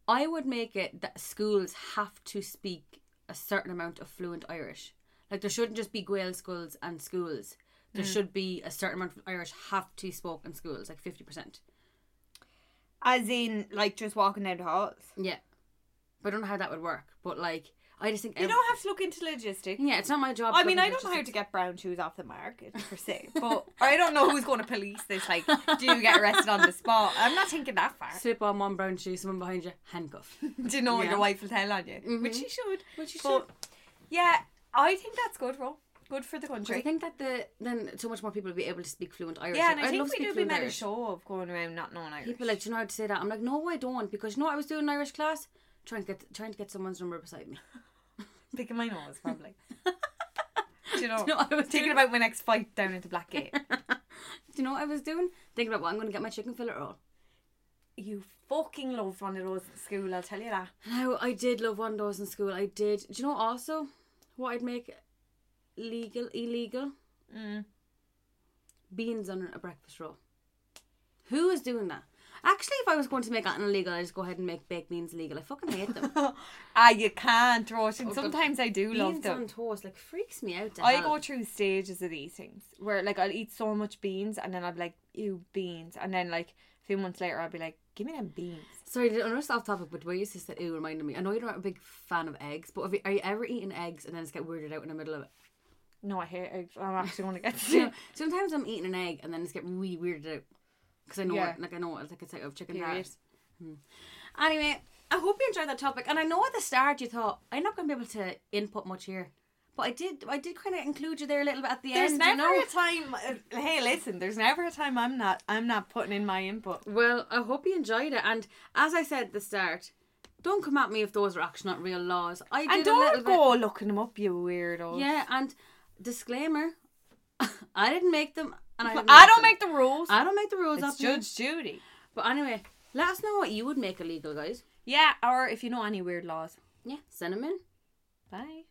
Speaker 2: I would make it that schools have to speak a certain amount of fluent Irish. Like there shouldn't just be Gael schools and schools. There
Speaker 1: Mm.
Speaker 2: should be a certain amount of Irish have to be spoken in schools, like fifty percent.
Speaker 1: As in, like just walking down the halls.
Speaker 2: Yeah, but I don't know how that would work. But like, I just think
Speaker 1: You don't have to look into logistics.
Speaker 2: yeah, it's not my job.
Speaker 1: I
Speaker 2: to
Speaker 1: mean,
Speaker 2: look
Speaker 1: I
Speaker 2: into
Speaker 1: don't know how
Speaker 2: logistics.
Speaker 1: to get brown shoes off the market per se, but I don't know who's going to police this. Like, do you get arrested on the spot? I'm not thinking that far.
Speaker 2: slip on one brown shoe, someone behind you, handcuff.
Speaker 1: Do you know
Speaker 2: Yeah.
Speaker 1: your wife will tell on you, Mm-hmm. which she should.
Speaker 2: Which you
Speaker 1: But yeah, I think that's good, Ro. Good for the
Speaker 2: I
Speaker 1: country.
Speaker 2: think that the then so much more people will be able to speak fluent Irish.
Speaker 1: yeah, and
Speaker 2: Like,
Speaker 1: I
Speaker 2: I'd love
Speaker 1: think
Speaker 2: to
Speaker 1: we do
Speaker 2: speak
Speaker 1: be
Speaker 2: fluent
Speaker 1: made a
Speaker 2: Irish.
Speaker 1: show of going around not knowing Irish.
Speaker 2: People are like, do you know how to say that? I'm like, no, I don't, because you know what I was doing in Irish class, trying to get trying to get someone's number beside me.
Speaker 1: picking my nose, probably. do you know?
Speaker 2: you know what I was
Speaker 1: thinking
Speaker 2: doing?
Speaker 1: about my next fight down at the Blackgate.
Speaker 2: Do you know what I was doing? Thinking about what I'm going to get my chicken fillet roll.
Speaker 1: you fucking loved one of those at school. I'll tell you that.
Speaker 2: Now Oh, I did love one of those in school. I did. Do you know also what I'd make legal illegal?
Speaker 1: Mm.
Speaker 2: Beans on a breakfast roll. Who is doing that? Actually, if I was going to make that illegal, I'd just go ahead and make baked beans legal. I fucking hate them.
Speaker 1: Ah, you can't, Roshan. Sometimes I do love
Speaker 2: beans
Speaker 1: them.
Speaker 2: on toast like freaks me out. to
Speaker 1: I
Speaker 2: hell.
Speaker 1: go through stages of these things where like I'll eat so much beans and then I'll be like, ew, beans. And then like a few months later I'll be like, give me them beans.
Speaker 2: Sorry, I know it's off topic, but the way you just said "ew" reminded me. I know you're not a big fan of eggs, but have you, are you ever eating eggs and then just get weirded out in the middle of it?
Speaker 1: No, I hate eggs. I'm actually going to get
Speaker 2: You know,
Speaker 1: sick.
Speaker 2: sometimes I'm eating an egg and then just get really weirded out because I know,
Speaker 1: Yeah.
Speaker 2: it, like I know, it, like it's out of chicken
Speaker 1: Period.
Speaker 2: heart. Hmm. Anyway, I hope you enjoyed that topic, and I know at the start you thought I'm not going to be able to input much here, but I did. I did kind of include you there a little bit at the
Speaker 1: There's
Speaker 2: end.
Speaker 1: never
Speaker 2: you know?
Speaker 1: a time. uh, hey, listen. There's never a time I'm not. I'm not putting in my input.
Speaker 2: Well, I hope you enjoyed it. And as I said at the start, don't come at me if those are actually not real laws. I did
Speaker 1: And
Speaker 2: a little
Speaker 1: don't
Speaker 2: bit.
Speaker 1: go looking them up, you weirdo.
Speaker 2: Yeah, and disclaimer, I didn't make them, and I, didn't
Speaker 1: I don't
Speaker 2: them.
Speaker 1: make the rules.
Speaker 2: I don't make the rules up.
Speaker 1: It's
Speaker 2: here.
Speaker 1: Judge Judy.
Speaker 2: But anyway, let us know what you would make illegal, guys.
Speaker 1: Yeah, or if you know any weird laws.
Speaker 2: Yeah, cinnamon.
Speaker 1: Bye.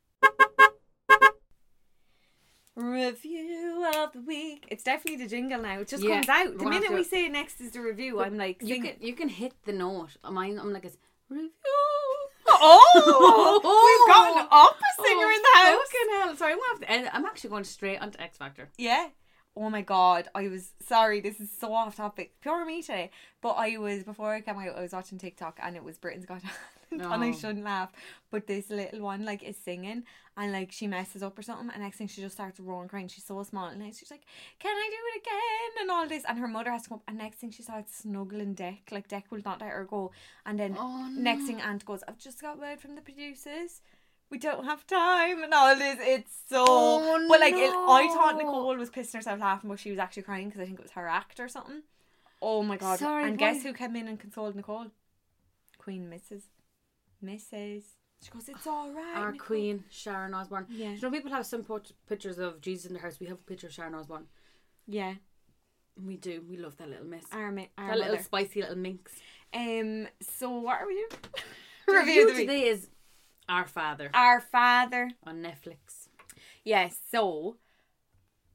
Speaker 1: Review of the week. It's definitely the jingle now. It just
Speaker 2: Yeah,
Speaker 1: comes out.
Speaker 2: we're
Speaker 1: The
Speaker 2: gonna have
Speaker 1: minute
Speaker 2: to-
Speaker 1: we say next is the review, I'm like,
Speaker 2: You
Speaker 1: sing-
Speaker 2: can you can hit the note. Mine I'm like it's review.
Speaker 1: Oh, we've got an opera singer in the house.
Speaker 2: Oh, Fucking hell! Sorry, I'm gonna have to end. I'm actually going straight onto X Factor.
Speaker 1: Yeah. Oh my god, I was sorry. This is so off topic. Pure me today, but I was before I came out. I was watching TikTok and it was Britain's Got Talent, and I
Speaker 2: No.
Speaker 1: shouldn't laugh. But this little one like is singing and like she messes up or something, and next thing she just starts roaring crying. She's so small and like, she's like, "Can I do it again?" and all this, and her mother has to come up. And next thing she starts snuggling Deck, like Deck will not let her go. And then
Speaker 2: Oh,
Speaker 1: next thing Aunt goes, "I've just got word from the producers." we don't have time and all this. It's so,
Speaker 2: Oh,
Speaker 1: but like, it, I thought
Speaker 2: no.
Speaker 1: Nicole was pissing herself laughing, but she was actually crying because I think it was her act or something. Oh my god!
Speaker 2: Sorry,
Speaker 1: and
Speaker 2: why-
Speaker 1: guess who came in and consoled Nicole? Queen Mrs. Mrs. She goes, "It's all right."
Speaker 2: Our
Speaker 1: Nicole."
Speaker 2: Queen Sharon Osbourne.
Speaker 1: Yeah.
Speaker 2: You know people have some port- pictures of Jesus in the house. We have a picture of Sharon Osbourne.
Speaker 1: Yeah,
Speaker 2: We do. We love that little miss.
Speaker 1: our mi- our
Speaker 2: That little
Speaker 1: mother.
Speaker 2: spicy little minx.
Speaker 1: Um. So what are we doing?
Speaker 2: The
Speaker 1: Review of the week.
Speaker 2: today is Our Father
Speaker 1: Our Father.
Speaker 2: on Netflix.
Speaker 1: Yes. so.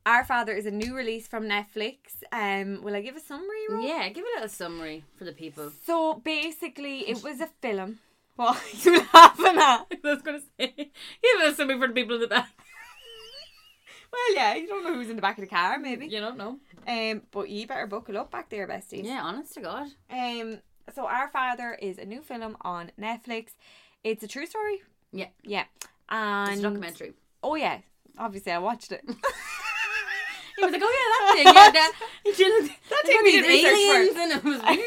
Speaker 1: Our Father is a new release from Netflix. Um, will I give a summary? Ro?
Speaker 2: Yeah, give a little summary for the people.
Speaker 1: So basically, it was a film. What are you laughing at?
Speaker 2: I was gonna say, give a summary for the people in the back.
Speaker 1: Well, yeah, you don't know who's in the back of the car, maybe.
Speaker 2: You don't know.
Speaker 1: Um, but you better buckle up back there, besties.
Speaker 2: Yeah, honest to God.
Speaker 1: Um, so Our Father is a new film on Netflix. It's a true story.
Speaker 2: Yeah.
Speaker 1: Yeah. And
Speaker 2: It's a documentary.
Speaker 1: Oh yeah, obviously I watched it.
Speaker 2: He was like, oh yeah, that thing, yeah, that. You know,
Speaker 1: That
Speaker 2: they
Speaker 1: thing we
Speaker 2: got
Speaker 1: did
Speaker 2: these
Speaker 1: research
Speaker 2: aliens and it was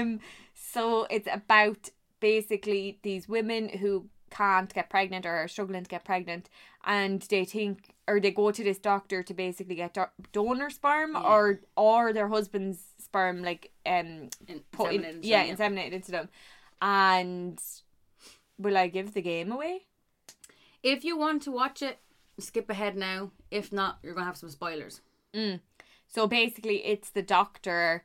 Speaker 1: um, so it's about basically these women who can't get pregnant or are struggling to get pregnant, and they think or they go to this doctor to basically get do- donor sperm
Speaker 2: Yeah.
Speaker 1: or or their husband's sperm, like um,
Speaker 2: And
Speaker 1: put in-
Speaker 2: inseminated,
Speaker 1: yeah,
Speaker 2: yeah.
Speaker 1: inseminated into them. And will I give the game away?
Speaker 2: If you want to watch it, skip ahead now. If not, you're gonna have some spoilers.
Speaker 1: So basically, it's the doctor.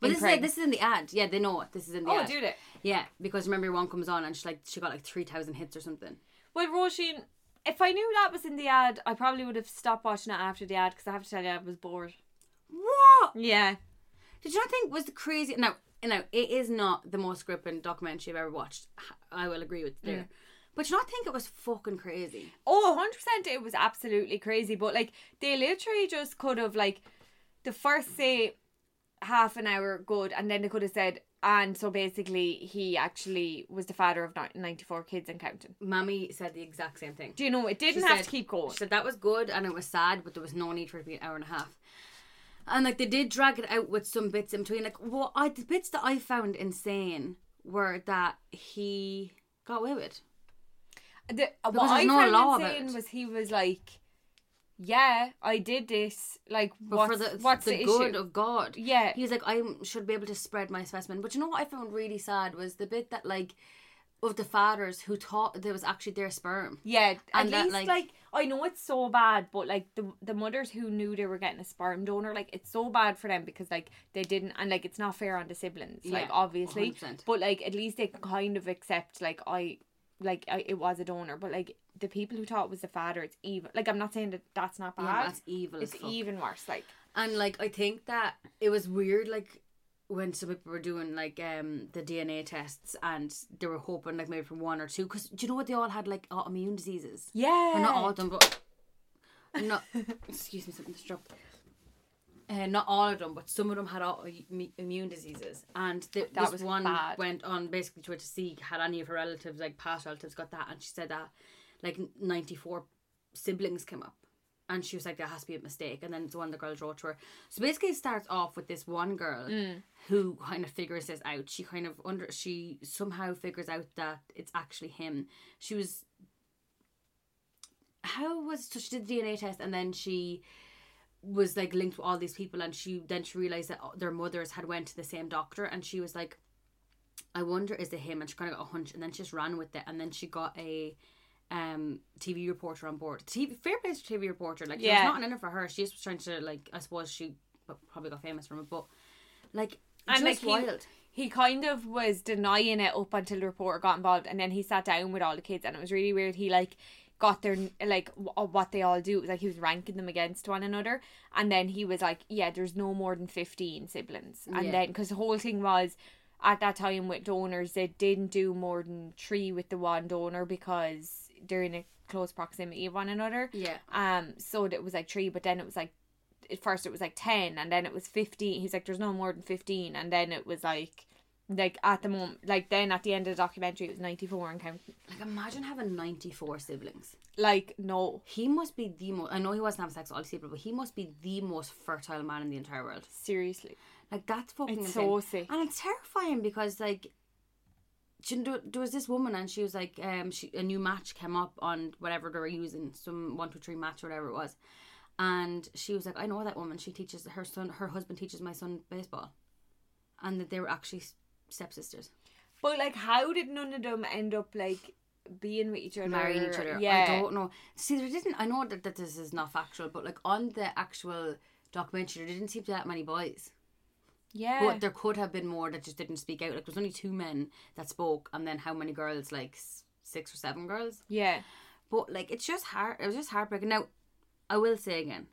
Speaker 2: But this is,
Speaker 1: impreg-
Speaker 2: it, this is in the ad. Yeah, they know Oh, it. This is in the ad.
Speaker 1: it.
Speaker 2: Yeah, because remember your one comes on and she like she got like three thousand hits or something.
Speaker 1: Well, Roisin, if I knew that was in the ad, I probably would have stopped watching it after the ad because I have to tell you, I was bored.
Speaker 2: What?
Speaker 1: Yeah.
Speaker 2: Did you not think was the crazy? No, no, it is not the most gripping documentary I've ever watched. H- I will agree with there. But you not think it was fucking crazy?
Speaker 1: Oh, 100% it was absolutely crazy. But, like, they literally just could have, like, the first, say, half an hour good, and then they could have said, and so basically, he actually was the father of ni- 94 kids and counting.
Speaker 2: Mammy said the exact same thing.
Speaker 1: Do you know, it didn't
Speaker 2: She
Speaker 1: have
Speaker 2: said-
Speaker 1: to keep going.
Speaker 2: She said that was good and it was sad, but there was no need for it to be an hour and a half. And like they did drag it out with some bits in between. Like what I the bits that I found insane were that he got away with.
Speaker 1: The, what
Speaker 2: Because
Speaker 1: I
Speaker 2: there's no
Speaker 1: found
Speaker 2: law about
Speaker 1: insane
Speaker 2: it.
Speaker 1: was he was like, yeah, I did this. Like,
Speaker 2: But
Speaker 1: what's
Speaker 2: for the,
Speaker 1: what's
Speaker 2: the,
Speaker 1: the, issue?
Speaker 2: good of God.
Speaker 1: Yeah.
Speaker 2: He was like, I should be able to spread my specimen. But you know what I found really sad was the bit that like of the fathers who thought there was actually their sperm.
Speaker 1: Yeah, at
Speaker 2: And that,
Speaker 1: least like,
Speaker 2: like-
Speaker 1: I know it's so bad, but like the the mothers who knew they were getting a sperm donor, like it's so bad for them because like they didn't, and like it's not fair on the siblings, like
Speaker 2: Yeah,
Speaker 1: obviously,
Speaker 2: 100%.
Speaker 1: but like at least they can kind of accept like I, like I, it was a donor, but like the people who thought it was the father, it's even like I'm not saying that that's not
Speaker 2: Yeah,
Speaker 1: bad,
Speaker 2: but that's evil
Speaker 1: it's
Speaker 2: as fuck.
Speaker 1: even worse, like
Speaker 2: And like I think that it was weird like when some people were doing like um the DNA tests and they were hoping like maybe for one or two because do you know what they all had like autoimmune diseases.
Speaker 1: yeah,
Speaker 2: Well, not all of them, but not. excuse me, something's dropped. Uh, not all of them, but some of them had autoimmune diseases, and th-
Speaker 1: That
Speaker 2: this
Speaker 1: was
Speaker 2: one
Speaker 1: bad.
Speaker 2: went on basically to it to see had any of her relatives, like past relatives, got that, and she said that like ninety four siblings came up, and she was like, "There has to be a mistake." And then it's the one of the girls wrote to her. So basically, it starts off with this one girl
Speaker 1: Mm.
Speaker 2: who kind of figures this out. She kind of under she somehow figures out that it's actually him. She was how was so she did the DNA test and then she was like linked with all these people and she then she realized that uh, their mothers had went to the same doctor and she was like I wonder is it him and she kind of got a hunch and then she just ran with it and then she got a um TV reporter on board TV fair play to TV reporter like
Speaker 1: Yeah.
Speaker 2: there's nothing in it for her she just was trying to like I suppose she probably got famous from it but like
Speaker 1: and
Speaker 2: just
Speaker 1: like he,
Speaker 2: wild
Speaker 1: he kind of was denying it up until the reporter got involved and then he sat down with all the kids and it was really weird he like got their like w- of what they all do. It was like he was ranking them against one another, and then he was like, "Yeah, there's no more than fifteen siblings." And
Speaker 2: Yeah.
Speaker 1: then because the whole thing was at that time with donors, they didn't do more than three with the one donor because they're in a close proximity of one another.
Speaker 2: Yeah.
Speaker 1: Um, so it was like three, but then it was like at first it was like ten, and then it was fifteen. He's like, there's no more than fifteen, and then it was like, like at the moment, like then at the end of the documentary, it was ninety four and counting.
Speaker 2: Like imagine having ninety four siblings.
Speaker 1: Like no,
Speaker 2: He must be the most. I know he wasn't having sex with all these people, but he must be the most fertile man in the entire world.
Speaker 1: seriously,
Speaker 2: Like that's fucking
Speaker 1: it's
Speaker 2: insane.
Speaker 1: so sick.
Speaker 2: And it's terrifying because like she, there there was this woman and she was like um she a new match came up on whatever they were using some one two three match or whatever it was, and she was like I know that woman she teaches her son her husband teaches my son baseball, and that they were actually s- stepsisters
Speaker 1: But like, how did none of them end up like being with each other,
Speaker 2: marrying each other.
Speaker 1: Yeah,
Speaker 2: I don't know. See there didn't I know that, that this is not factual but like on the actual documentary there didn't seem to be that many boys.
Speaker 1: yeah.
Speaker 2: But there could have been more that just didn't speak out. Like there was only two men that spoke, and then how many girls? Like s- six or seven girls.
Speaker 1: yeah,
Speaker 2: But like it's just heart. It was just heartbreaking. Now, I will say again,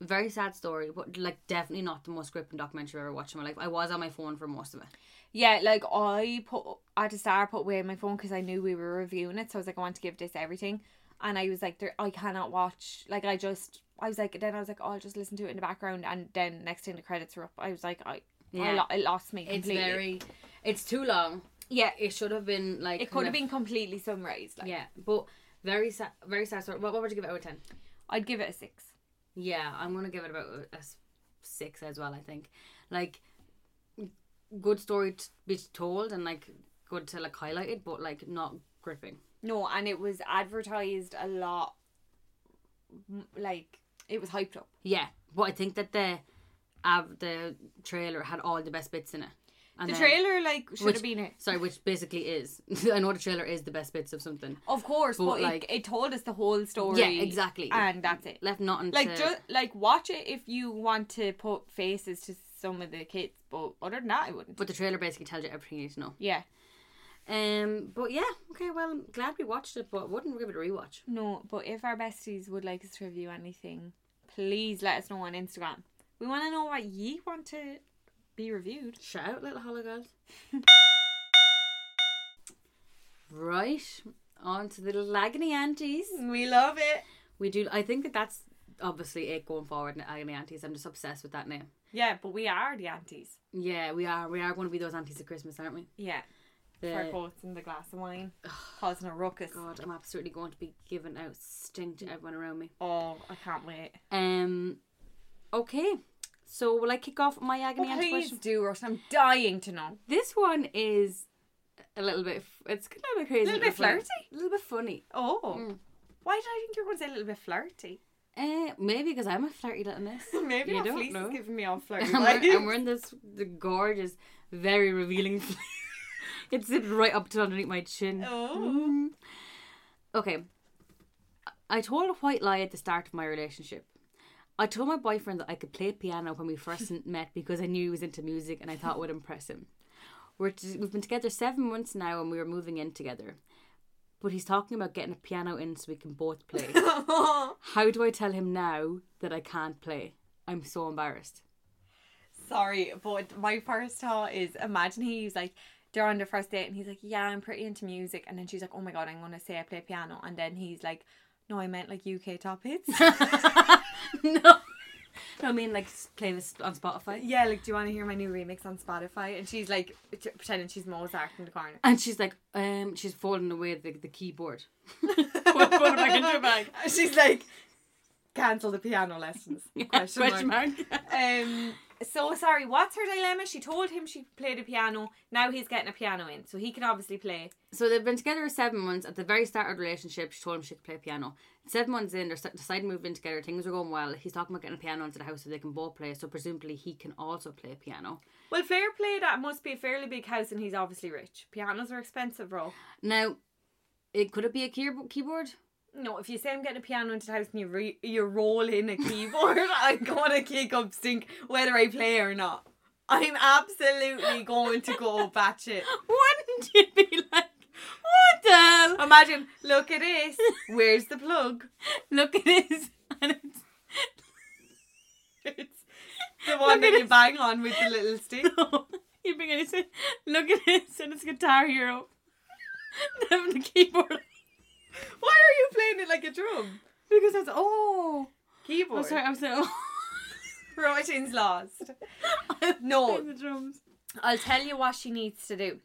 Speaker 2: very sad story, but like definitely not the most gripping documentary I've ever watched in my life. I was on my phone for most of it.
Speaker 1: yeah. Like I put at the start, put away my phone because I knew we were reviewing it, so I was like, I want to give this everything, and I was like, there, I cannot watch. Like I just, I was like, then I was like, oh, I'll just listen to it in the background, and then next thing the credits were up, I was like, I, I
Speaker 2: Yeah.
Speaker 1: lo- it lost me
Speaker 2: It's
Speaker 1: completely.
Speaker 2: very, it's too long.
Speaker 1: yeah,
Speaker 2: It should have been like
Speaker 1: it could
Speaker 2: kind
Speaker 1: have
Speaker 2: of-
Speaker 1: been completely summarized. Like,
Speaker 2: yeah, but very sad. Very sad story. What, what would you give it out of ten?
Speaker 1: I'd give it a six.
Speaker 2: Yeah, I'm gonna give it about a s- six as well. I think, like, good story to be told and like good to like highlight it, but like not gripping.
Speaker 1: No, and it was advertised a lot. m- Like it was hyped up.
Speaker 2: Yeah, but I think that the av the trailer had all the best bits in it. And
Speaker 1: The
Speaker 2: then-
Speaker 1: trailer like should
Speaker 2: which-
Speaker 1: have been it.
Speaker 2: Sorry, which basically is. I know the trailer is the best bits of something.
Speaker 1: Of course, but,
Speaker 2: But,
Speaker 1: it-
Speaker 2: like-
Speaker 1: it, told us the whole story.
Speaker 2: Yeah, exactly.
Speaker 1: And that's it.
Speaker 2: Left nothing.
Speaker 1: Like
Speaker 2: to,
Speaker 1: just like watch it if you want to put faces to some of the kids, but other than that, I wouldn't.
Speaker 2: but the trailer basically tells you everything you need to know.
Speaker 1: yeah.
Speaker 2: Um, but yeah, okay. Well, glad we watched it, but wouldn't give it a rewatch.
Speaker 1: No, but if our besties would like us to review anything, please let us know on Instagram. We want to know what ye want to be reviewed.
Speaker 2: Shout out, little hollow girls. right, on to the little agony aunties.
Speaker 1: We love it.
Speaker 2: We do. I think that that's obviously it going forward. Agony aunties. I'm just obsessed with that name.
Speaker 1: Yeah, but we are the aunties.
Speaker 2: Yeah, we are. We are going to be those aunties at Christmas, aren't we?
Speaker 1: Yeah, our
Speaker 2: The,
Speaker 1: coats and the glass of wine, causing a ruckus.
Speaker 2: God, I'm absolutely going to be giving out stink to everyone around me.
Speaker 1: Oh, I can't wait.
Speaker 2: Um, okay. So will I kick off my agony auntie
Speaker 1: Oh, Please
Speaker 2: question?
Speaker 1: do, Rush. I'm dying to know.
Speaker 2: This one is a little bit. f- It's a little bit crazy.
Speaker 1: A little bit
Speaker 2: funny.
Speaker 1: flirty.
Speaker 2: A little bit funny.
Speaker 1: Oh. Why did I think you were going to say a little bit flirty?
Speaker 2: Uh, maybe because I'm a flirty little miss.
Speaker 1: Maybe
Speaker 2: You
Speaker 1: my
Speaker 2: don't
Speaker 1: fleece
Speaker 2: know.
Speaker 1: is giving me all flirty.
Speaker 2: and,
Speaker 1: vibes.
Speaker 2: we're, and we're in this the gorgeous, very revealing. it zipped right up to underneath my chin.
Speaker 1: oh.
Speaker 2: Mm. Okay. I told a white lie at the start of my relationship. I told my boyfriend that I could play piano when we first met because I knew he was into music and I thought it would impress him. We're t- we've been together seven months now and we were moving in together. But he's talking about getting a piano in so we can both play. How do I tell him now that I can't play? I'm so embarrassed. Mm.
Speaker 1: Sorry, but my first thought is imagine he's like, they're on their first date and he's like, yeah, I'm pretty into music. And then she's like, oh my God, I'm going to say I play piano. And then he's like, no, I meant like UK top hits.
Speaker 2: no. I mean, like s- play this on Spotify.
Speaker 1: yeah, like, do you want to hear my new remix on Spotify? And she's like, t- pretending she's Mozart in the corner.
Speaker 2: And she's like, um, she's folding away the, the keyboard. put, put it back into her bag.
Speaker 1: And she's like, cancel the piano lessons. Question mark.
Speaker 2: Question mark.
Speaker 1: Um, so sorry, what's her dilemma? She told him she played a piano. Now he's getting a piano in, so he can obviously play.
Speaker 2: So they've been together seven months. At the very start of the relationship, she told him she could play piano. Seven months in, they're st- decided to move in together. Things are going well. He's talking about getting a piano into the house so they can both play. So presumably he can also play piano.
Speaker 1: Well, fair play. That must be a fairly big house, and he's obviously rich. Pianos are expensive, bro.
Speaker 2: Now, it could it be a keyb- keyboard?
Speaker 1: No, if you say I'm getting a piano into the house and you re- you roll in a keyboard, I'm gonna kick up stink whether I play or not. I'm absolutely going to go batshit.
Speaker 2: Wouldn't you be like, What the hell?
Speaker 1: Imagine, look at this. Where's the plug?
Speaker 2: Look at this. And it's
Speaker 1: It's the one
Speaker 2: Look
Speaker 1: that
Speaker 2: at
Speaker 1: you
Speaker 2: this.
Speaker 1: bang on with the little stick.
Speaker 2: no. You bring it in. Look at this. And it's Guitar Hero. Them the keyboard.
Speaker 1: Why are you playing it like a drum?
Speaker 2: Because that's oh.
Speaker 1: Keyboard.
Speaker 2: I'm sorry. I'm sorry.
Speaker 1: Roisin's lost.
Speaker 2: I'm
Speaker 1: No.
Speaker 2: playing The drums.
Speaker 1: I'll tell you what she needs to do.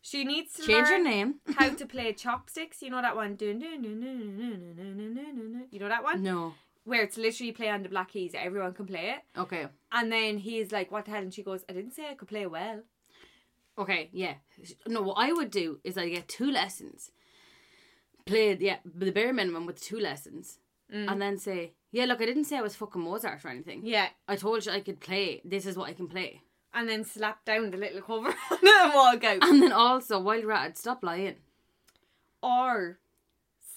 Speaker 1: She needs to
Speaker 2: Change your
Speaker 1: learn
Speaker 2: name.
Speaker 1: how to play chopsticks. You know that one? Dun, dun, dun, dun, dun, dun, dun, dun, dun, dun, dun. You know that one?
Speaker 2: No.
Speaker 1: Where it's literally play on the black keys. Everyone can play it.
Speaker 2: Okay.
Speaker 1: And then he's like, "What the hell?" And she goes, "I didn't say I could play well."
Speaker 2: Okay, yeah. No, what I would do is I get two lessons, play yeah the bare minimum with two lessons, and then say, yeah, look, I didn't say I was fucking Mozart or anything.
Speaker 1: Yeah.
Speaker 2: I told you I could play. This is what I can play.
Speaker 1: And then slap down the little cover on it and walk out,
Speaker 2: And then also, while you're at it, stop lying.
Speaker 1: or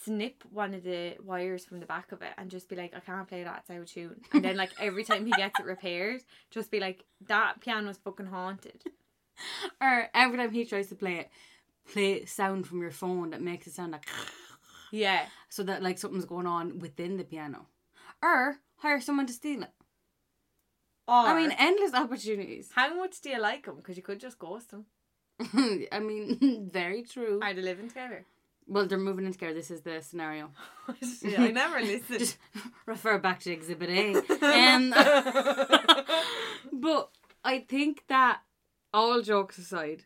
Speaker 1: snip one of the wires from the back of it and just be like, "I can't play that. It's out of tune." And then like every time he gets it repaired, just be like, "That piano's fucking haunted."
Speaker 2: Or every time he tries to play it, play sound from your phone that makes it sound like
Speaker 1: Yeah.
Speaker 2: so that like something's going on within the piano. Or hire someone to steal it.
Speaker 1: Or
Speaker 2: I mean, endless opportunities.
Speaker 1: how much do you like them? Because you could just ghost them.
Speaker 2: I mean, very true.
Speaker 1: Are they living together?
Speaker 2: Well, they're moving in together. This is the scenario.
Speaker 1: Shit, I never listened.
Speaker 2: Just refer back to Exhibit A. Um, but I think that all jokes aside,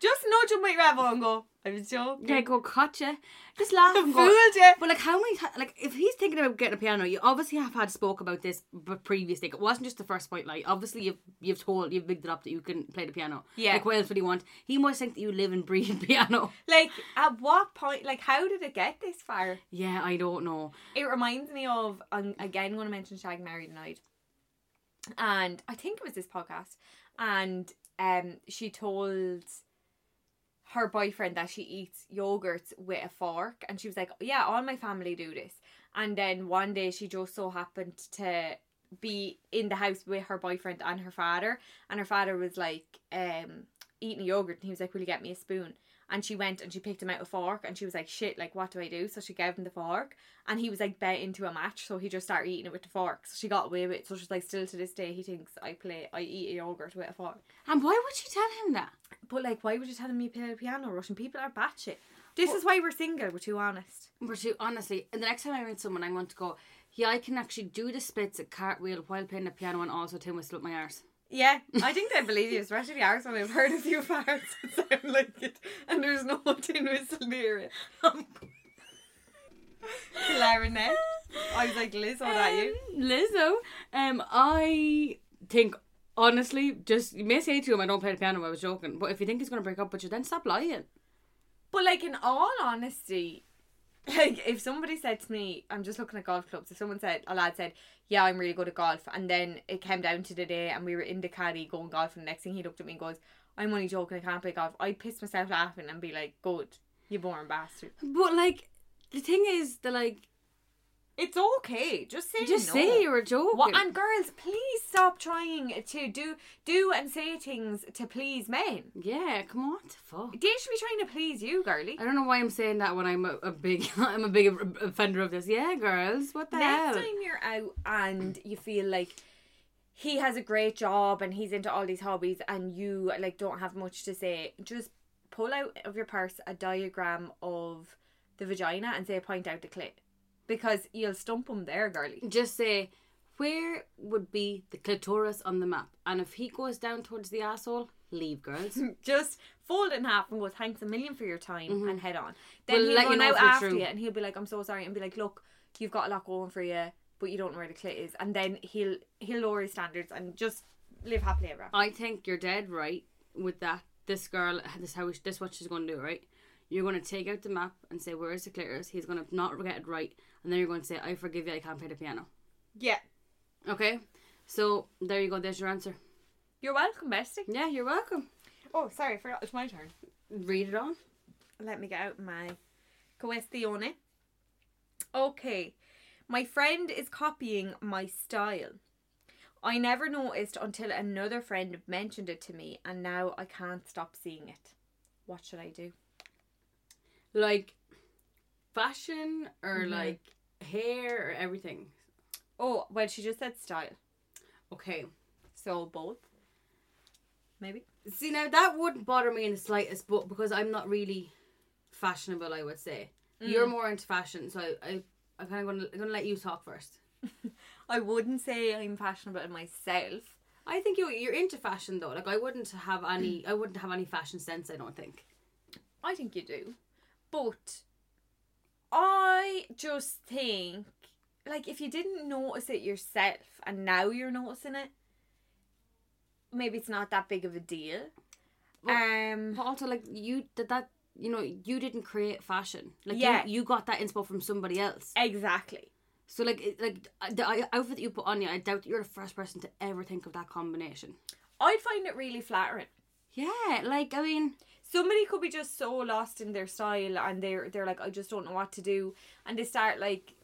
Speaker 1: just nudge him with your elbow and go. I was joking.
Speaker 2: yeah, go gotcha. Just laugh and go.
Speaker 1: Fooled you.
Speaker 2: But like, how many? ti like, if he's thinking about getting a piano, you obviously have had spoke about this b- previously. It wasn't just the first point. Like, obviously you've you've told you've bigged it up that you can play the piano.
Speaker 1: Yeah.
Speaker 2: Like, what else would he want? He must think that you live and breathe piano.
Speaker 1: Like, at what point, like, how did it get this far?
Speaker 2: Yeah, I don't know.
Speaker 1: It reminds me of, I'm again going to mention Shag Married and Annoyed. And I think it was this podcast. And um, she told her boyfriend that she eats yogurts with a fork. And she was like, Yeah, all my family do this. And then one day she just so happened to be in the house with her boyfriend and her father. And her father was like, um, eating yogurt. And he was like, Will you get me a spoon? And she went and she picked him out a fork and she was like, shit, like, what do I do? So she gave him the fork and he was like bet into a match. So he just started eating it with the fork. So she got away with it. So she's like, still to this day, he thinks I play, I eat a yogurt with a fork.
Speaker 2: And why would she tell him that?
Speaker 1: But like, why would you tell me to play the piano, Russian? People are batshit. This is why we're single. We're too honest.
Speaker 2: Number two, honestly, and the next time I meet someone, I want to go, yeah, I can actually do the splits at cartwheel while playing the piano and also tin whistle up my arse.
Speaker 1: Yeah, I think they believe you, especially ours when I've heard a few parts that sound like it, and there's no tin whistle near it. Clarinet. I was like, Liz, what about you?
Speaker 2: Um, Lizzo, um, I think, honestly, just, you may say to him, I don't play the piano, I was joking, but if you think he's going to break up with you, then stop lying.
Speaker 1: But like, in all honesty, like if somebody said to me, I'm just looking at golf clubs. If someone said, a lad said, yeah, I'm really good at golf, and then it came down to the day, and we were in the caddy going golf, and the next thing he looked at me and goes, I'm only joking, I can't play golf. I'd piss myself laughing and be like, good, you boring bastard.
Speaker 2: But, like, the thing is, that like,
Speaker 1: It's okay. Just say
Speaker 2: just
Speaker 1: no.
Speaker 2: say you were joking.
Speaker 1: What and girls, please stop trying to do do and say things to please men.
Speaker 2: yeah, come on, what the fuck.
Speaker 1: They should be trying to please you, girly.
Speaker 2: I don't know why I'm saying that when I'm a, a big, I'm a big offender of this. Yeah, girls, what the
Speaker 1: Next
Speaker 2: hell?
Speaker 1: time you're out and you feel like he has a great job and he's into all these hobbies and you like don't have much to say, just pull out of your purse a diagram of the vagina and say point out the clit. Because you'll stump him there, girly.
Speaker 2: just say where would be the clitoris on the map and if he goes down towards the asshole leave girls
Speaker 1: just fold it in half and go, thanks a million for your time and head on. Then
Speaker 2: Mm-hmm.
Speaker 1: he'll
Speaker 2: We'll let you
Speaker 1: run
Speaker 2: know
Speaker 1: out
Speaker 2: if we're
Speaker 1: after
Speaker 2: through.
Speaker 1: you and he'll be like, I'm so sorry and be like, look, you've got a lot going for you, but you don't know where the clit is. And then he'll he'll lower his standards and just live happily ever after.
Speaker 2: i think you're dead right with that this girl this is how this is what she's going to do right you're going to take out the map and say where is the clitoris he's going to not get it right and then you're going to say i forgive you i can't play the piano
Speaker 1: Yeah.
Speaker 2: okay so there you go there's your answer
Speaker 1: You're welcome, bestie.
Speaker 2: yeah you're welcome
Speaker 1: Oh, sorry, I forgot it's my turn.
Speaker 2: read it on
Speaker 1: Let me get out my cuestione. Okay. My friend is copying my style. I never noticed until another friend mentioned it to me, and now I can't stop seeing it. What should I do?
Speaker 2: like fashion or
Speaker 1: Mhm.
Speaker 2: like hair or everything.
Speaker 1: Oh, well, she just said style.
Speaker 2: Okay.
Speaker 1: So both. Maybe.
Speaker 2: See now that wouldn't bother me in the slightest, but because I'm not really fashionable, I would say you're more into fashion, so I, I I'm kind of gonna I'm gonna let you talk first.
Speaker 1: I wouldn't say I'm fashionable myself.
Speaker 2: I think you you're into fashion though. Like I wouldn't have any I wouldn't have any fashion sense. I don't think.
Speaker 1: I think you do. But I just think, like, if you didn't notice it yourself and now you're noticing it, maybe it's not that big of a deal.
Speaker 2: Well,
Speaker 1: um,
Speaker 2: But also like you did that. You know you didn't create fashion. Like
Speaker 1: Yeah.
Speaker 2: you, you got that inspo from somebody else.
Speaker 1: exactly.
Speaker 2: So like it- like uh, the i- outfit that you put on you, I doubt you're the first person to ever think of that combination.
Speaker 1: I'd find it really flattering.
Speaker 2: Yeah, like I mean,
Speaker 1: somebody could be just so lost in their style and they're they're like I just don't know what to do and they start like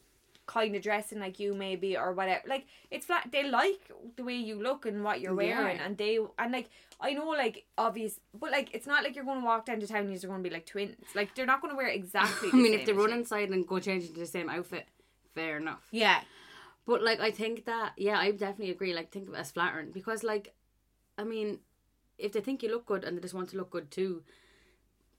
Speaker 1: kind of dressing like you maybe or whatever like it's flat they like the way you look and what you're
Speaker 2: Yeah.
Speaker 1: wearing and they and like I know like obvious but like it's not like you're going to walk down to town and you're going to be like twins like they're not going to wear exactly
Speaker 2: I
Speaker 1: the
Speaker 2: mean if
Speaker 1: same
Speaker 2: they
Speaker 1: as
Speaker 2: run
Speaker 1: you.
Speaker 2: inside and go change into the same outfit, fair enough.
Speaker 1: yeah
Speaker 2: But like I think that yeah, I definitely agree. Like think of it as flattering because like, I mean, if they think you look good and they just want to look good too,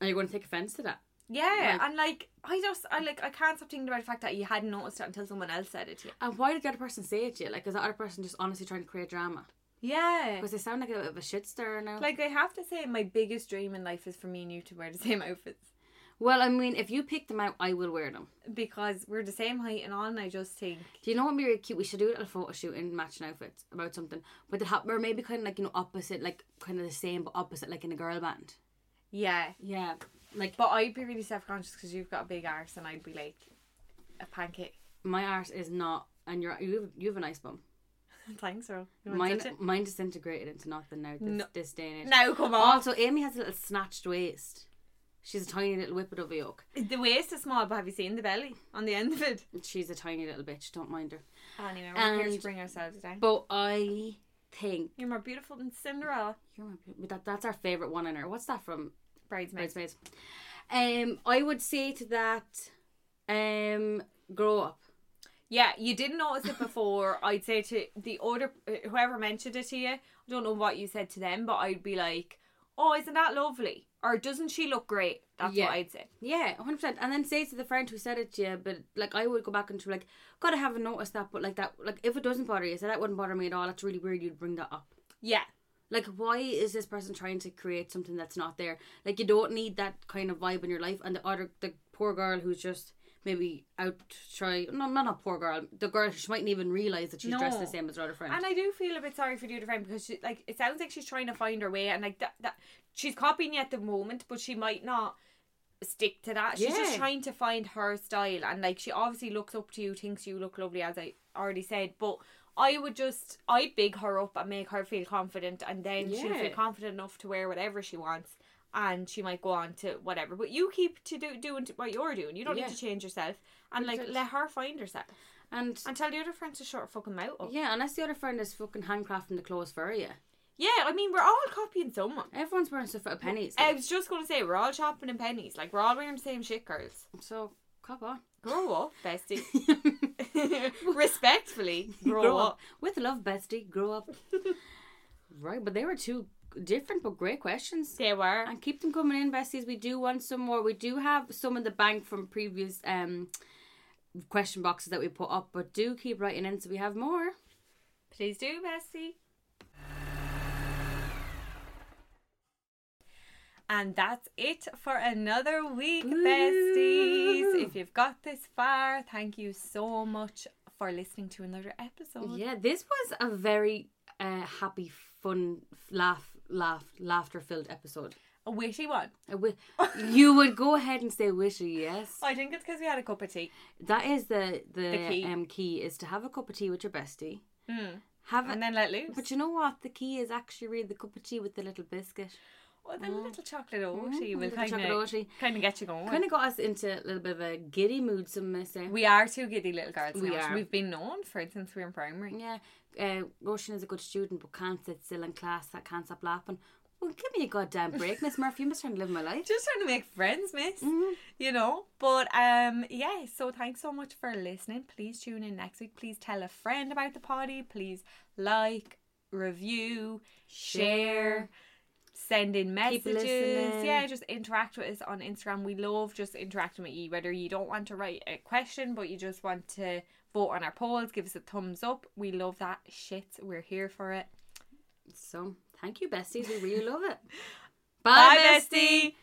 Speaker 2: are you going to take offense to that?
Speaker 1: yeah
Speaker 2: Like-
Speaker 1: and like I just I like I can't stop thinking about the fact that you hadn't noticed it until someone else said it to you
Speaker 2: And why did the other person say it to you? Like is that other person just honestly trying to create drama?
Speaker 1: yeah
Speaker 2: Because they sound like a bit of a shit stirrer now.
Speaker 1: like I have to say my biggest dream in life is for me and you to wear the same outfits
Speaker 2: well, I mean, if you pick them out, I will wear them.
Speaker 1: because we're the same height and all, and I just think
Speaker 2: Do you know what would be really cute? We should do it at a photo shoot in matching outfits about something, but the ha- or maybe kind of like you know opposite, like kind of the same but opposite, like in a girl band.
Speaker 1: yeah.
Speaker 2: Yeah, like
Speaker 1: But I'd be really self conscious because you've got a big arse, and I'd be like a pancake.
Speaker 2: my arse is not, and you're you have, you have a nice bum.
Speaker 1: Thanks, Earl. You want to
Speaker 2: Mine,
Speaker 1: touch it?
Speaker 2: mine disintegrated into nothing now. This,
Speaker 1: No.
Speaker 2: this day and age.
Speaker 1: Now come on.
Speaker 2: Also, Amy has a little snatched waist. She's a tiny little whippet of a yoke.
Speaker 1: The waist is small, but have you seen the belly on the end of it?
Speaker 2: She's a tiny little bitch. Don't mind her.
Speaker 1: Anyway, we're here
Speaker 2: And-
Speaker 1: to bring ourselves down.
Speaker 2: But I think
Speaker 1: You're more beautiful than Cinderella,
Speaker 2: you're my, but that that's our favorite one in her. What's that from?
Speaker 1: bridesmaid.
Speaker 2: Bridesmaids. Um, I would say to that, um, grow up.
Speaker 1: Yeah, you didn't notice it before. I'd say to the other whoever mentioned it to you, I don't know what you said to them, but I'd be like, "Oh, isn't that lovely?" Or "Doesn't she look great?" That's
Speaker 2: Yeah.
Speaker 1: what I'd say.
Speaker 2: Yeah, hundred percent. And then say to the friend who said it to you, but like I would go back and to like, God, I haven't noticed that, but like that, like if it doesn't bother you, so that wouldn't bother me at all. That's really weird. You'd bring that up.
Speaker 1: Yeah.
Speaker 2: Like, why is this person trying to create something that's not there? Like, you don't need that kind of vibe in your life. And the other, the poor girl who's just maybe out to try, no, not a poor girl, the girl she mightn't even realize that she's dressed the
Speaker 1: No.
Speaker 2: same as her other friend.
Speaker 1: And I do feel a bit sorry for the other friend because she, like it sounds like she's trying to find her way and like that, that she's copying you at the moment, but she might not stick to that. She's just
Speaker 2: Yeah.
Speaker 1: trying to find her style and like she obviously looks up to you, thinks you look lovely as I already said, but I would just I'd big her up and make her feel confident and then she'll feel
Speaker 2: Yeah.
Speaker 1: confident enough to wear whatever she wants and she might go on to whatever. But you keep to do doing what you're doing. You don't
Speaker 2: Yeah.
Speaker 1: need to change yourself. And like
Speaker 2: Exactly.
Speaker 1: let her find herself.
Speaker 2: and
Speaker 1: And tell the other friend to shut her fucking mouth up.
Speaker 2: yeah, unless the other friend is fucking handcrafting the clothes for you.
Speaker 1: Yeah, I mean, we're all copying someone.
Speaker 2: Everyone's wearing stuff out of pennies.
Speaker 1: I
Speaker 2: like,
Speaker 1: was just going to say, we're all shopping in pennies. Like, we're all wearing the same shit, girls.
Speaker 2: so, cop on.
Speaker 1: Grow up, bestie. Respectfully, grow,
Speaker 2: grow
Speaker 1: up.
Speaker 2: up. With love, bestie. Grow up. right, but they were two different but great questions.
Speaker 1: They were.
Speaker 2: And keep them coming in, besties. We do want some more. We do have some in the bank from previous um question boxes that we put up, but do keep writing in so we have more.
Speaker 1: Please do, bestie. And that's it for another week, besties. If you've got this far, thank you so much for listening to another episode.
Speaker 2: Yeah, this was a very uh, happy, fun, laugh, laugh, laughter-filled episode.
Speaker 1: A witty one.
Speaker 2: I wi- you would go ahead and say wishy, yes.
Speaker 1: I think it's because we had a cup of tea.
Speaker 2: That is the the,
Speaker 1: The key.
Speaker 2: Um, key is to have a cup of tea with your bestie.
Speaker 1: Mm.
Speaker 2: Have a,
Speaker 1: And then let loose.
Speaker 2: but you know what? The key is actually really the cup of tea with the little biscuit.
Speaker 1: Oh, the little chocolate oaty
Speaker 2: Mm,
Speaker 1: will
Speaker 2: little
Speaker 1: kind
Speaker 2: chocolate
Speaker 1: of
Speaker 2: oaty.
Speaker 1: kind of get you going.
Speaker 2: Kind of got us into a little bit of a giddy mood, some may say.
Speaker 1: we are two giddy little girls.
Speaker 2: We
Speaker 1: We
Speaker 2: are.
Speaker 1: We've been known for it since we were in primary.
Speaker 2: Yeah, uh, Russian is a good student, but can't sit still in class. That can't stop laughing. Well, give me a goddamn break, Miss Murphy. I'm just trying to live my life.
Speaker 1: Just trying to make friends, miss. You know? But um yeah, so thanks so much for listening. Please tune in next week. Please tell a friend about the potty. Please like, review, share,
Speaker 2: Share.
Speaker 1: send in messages.
Speaker 2: listening.
Speaker 1: Yeah, just interact with us on Instagram. We love just interacting with you, whether you don't want to write a question, but you just want to vote on our polls, give us a thumbs up. We love that shit. We're here for it.
Speaker 2: So, thank you, besties. We really love it.
Speaker 1: Bye, bestie.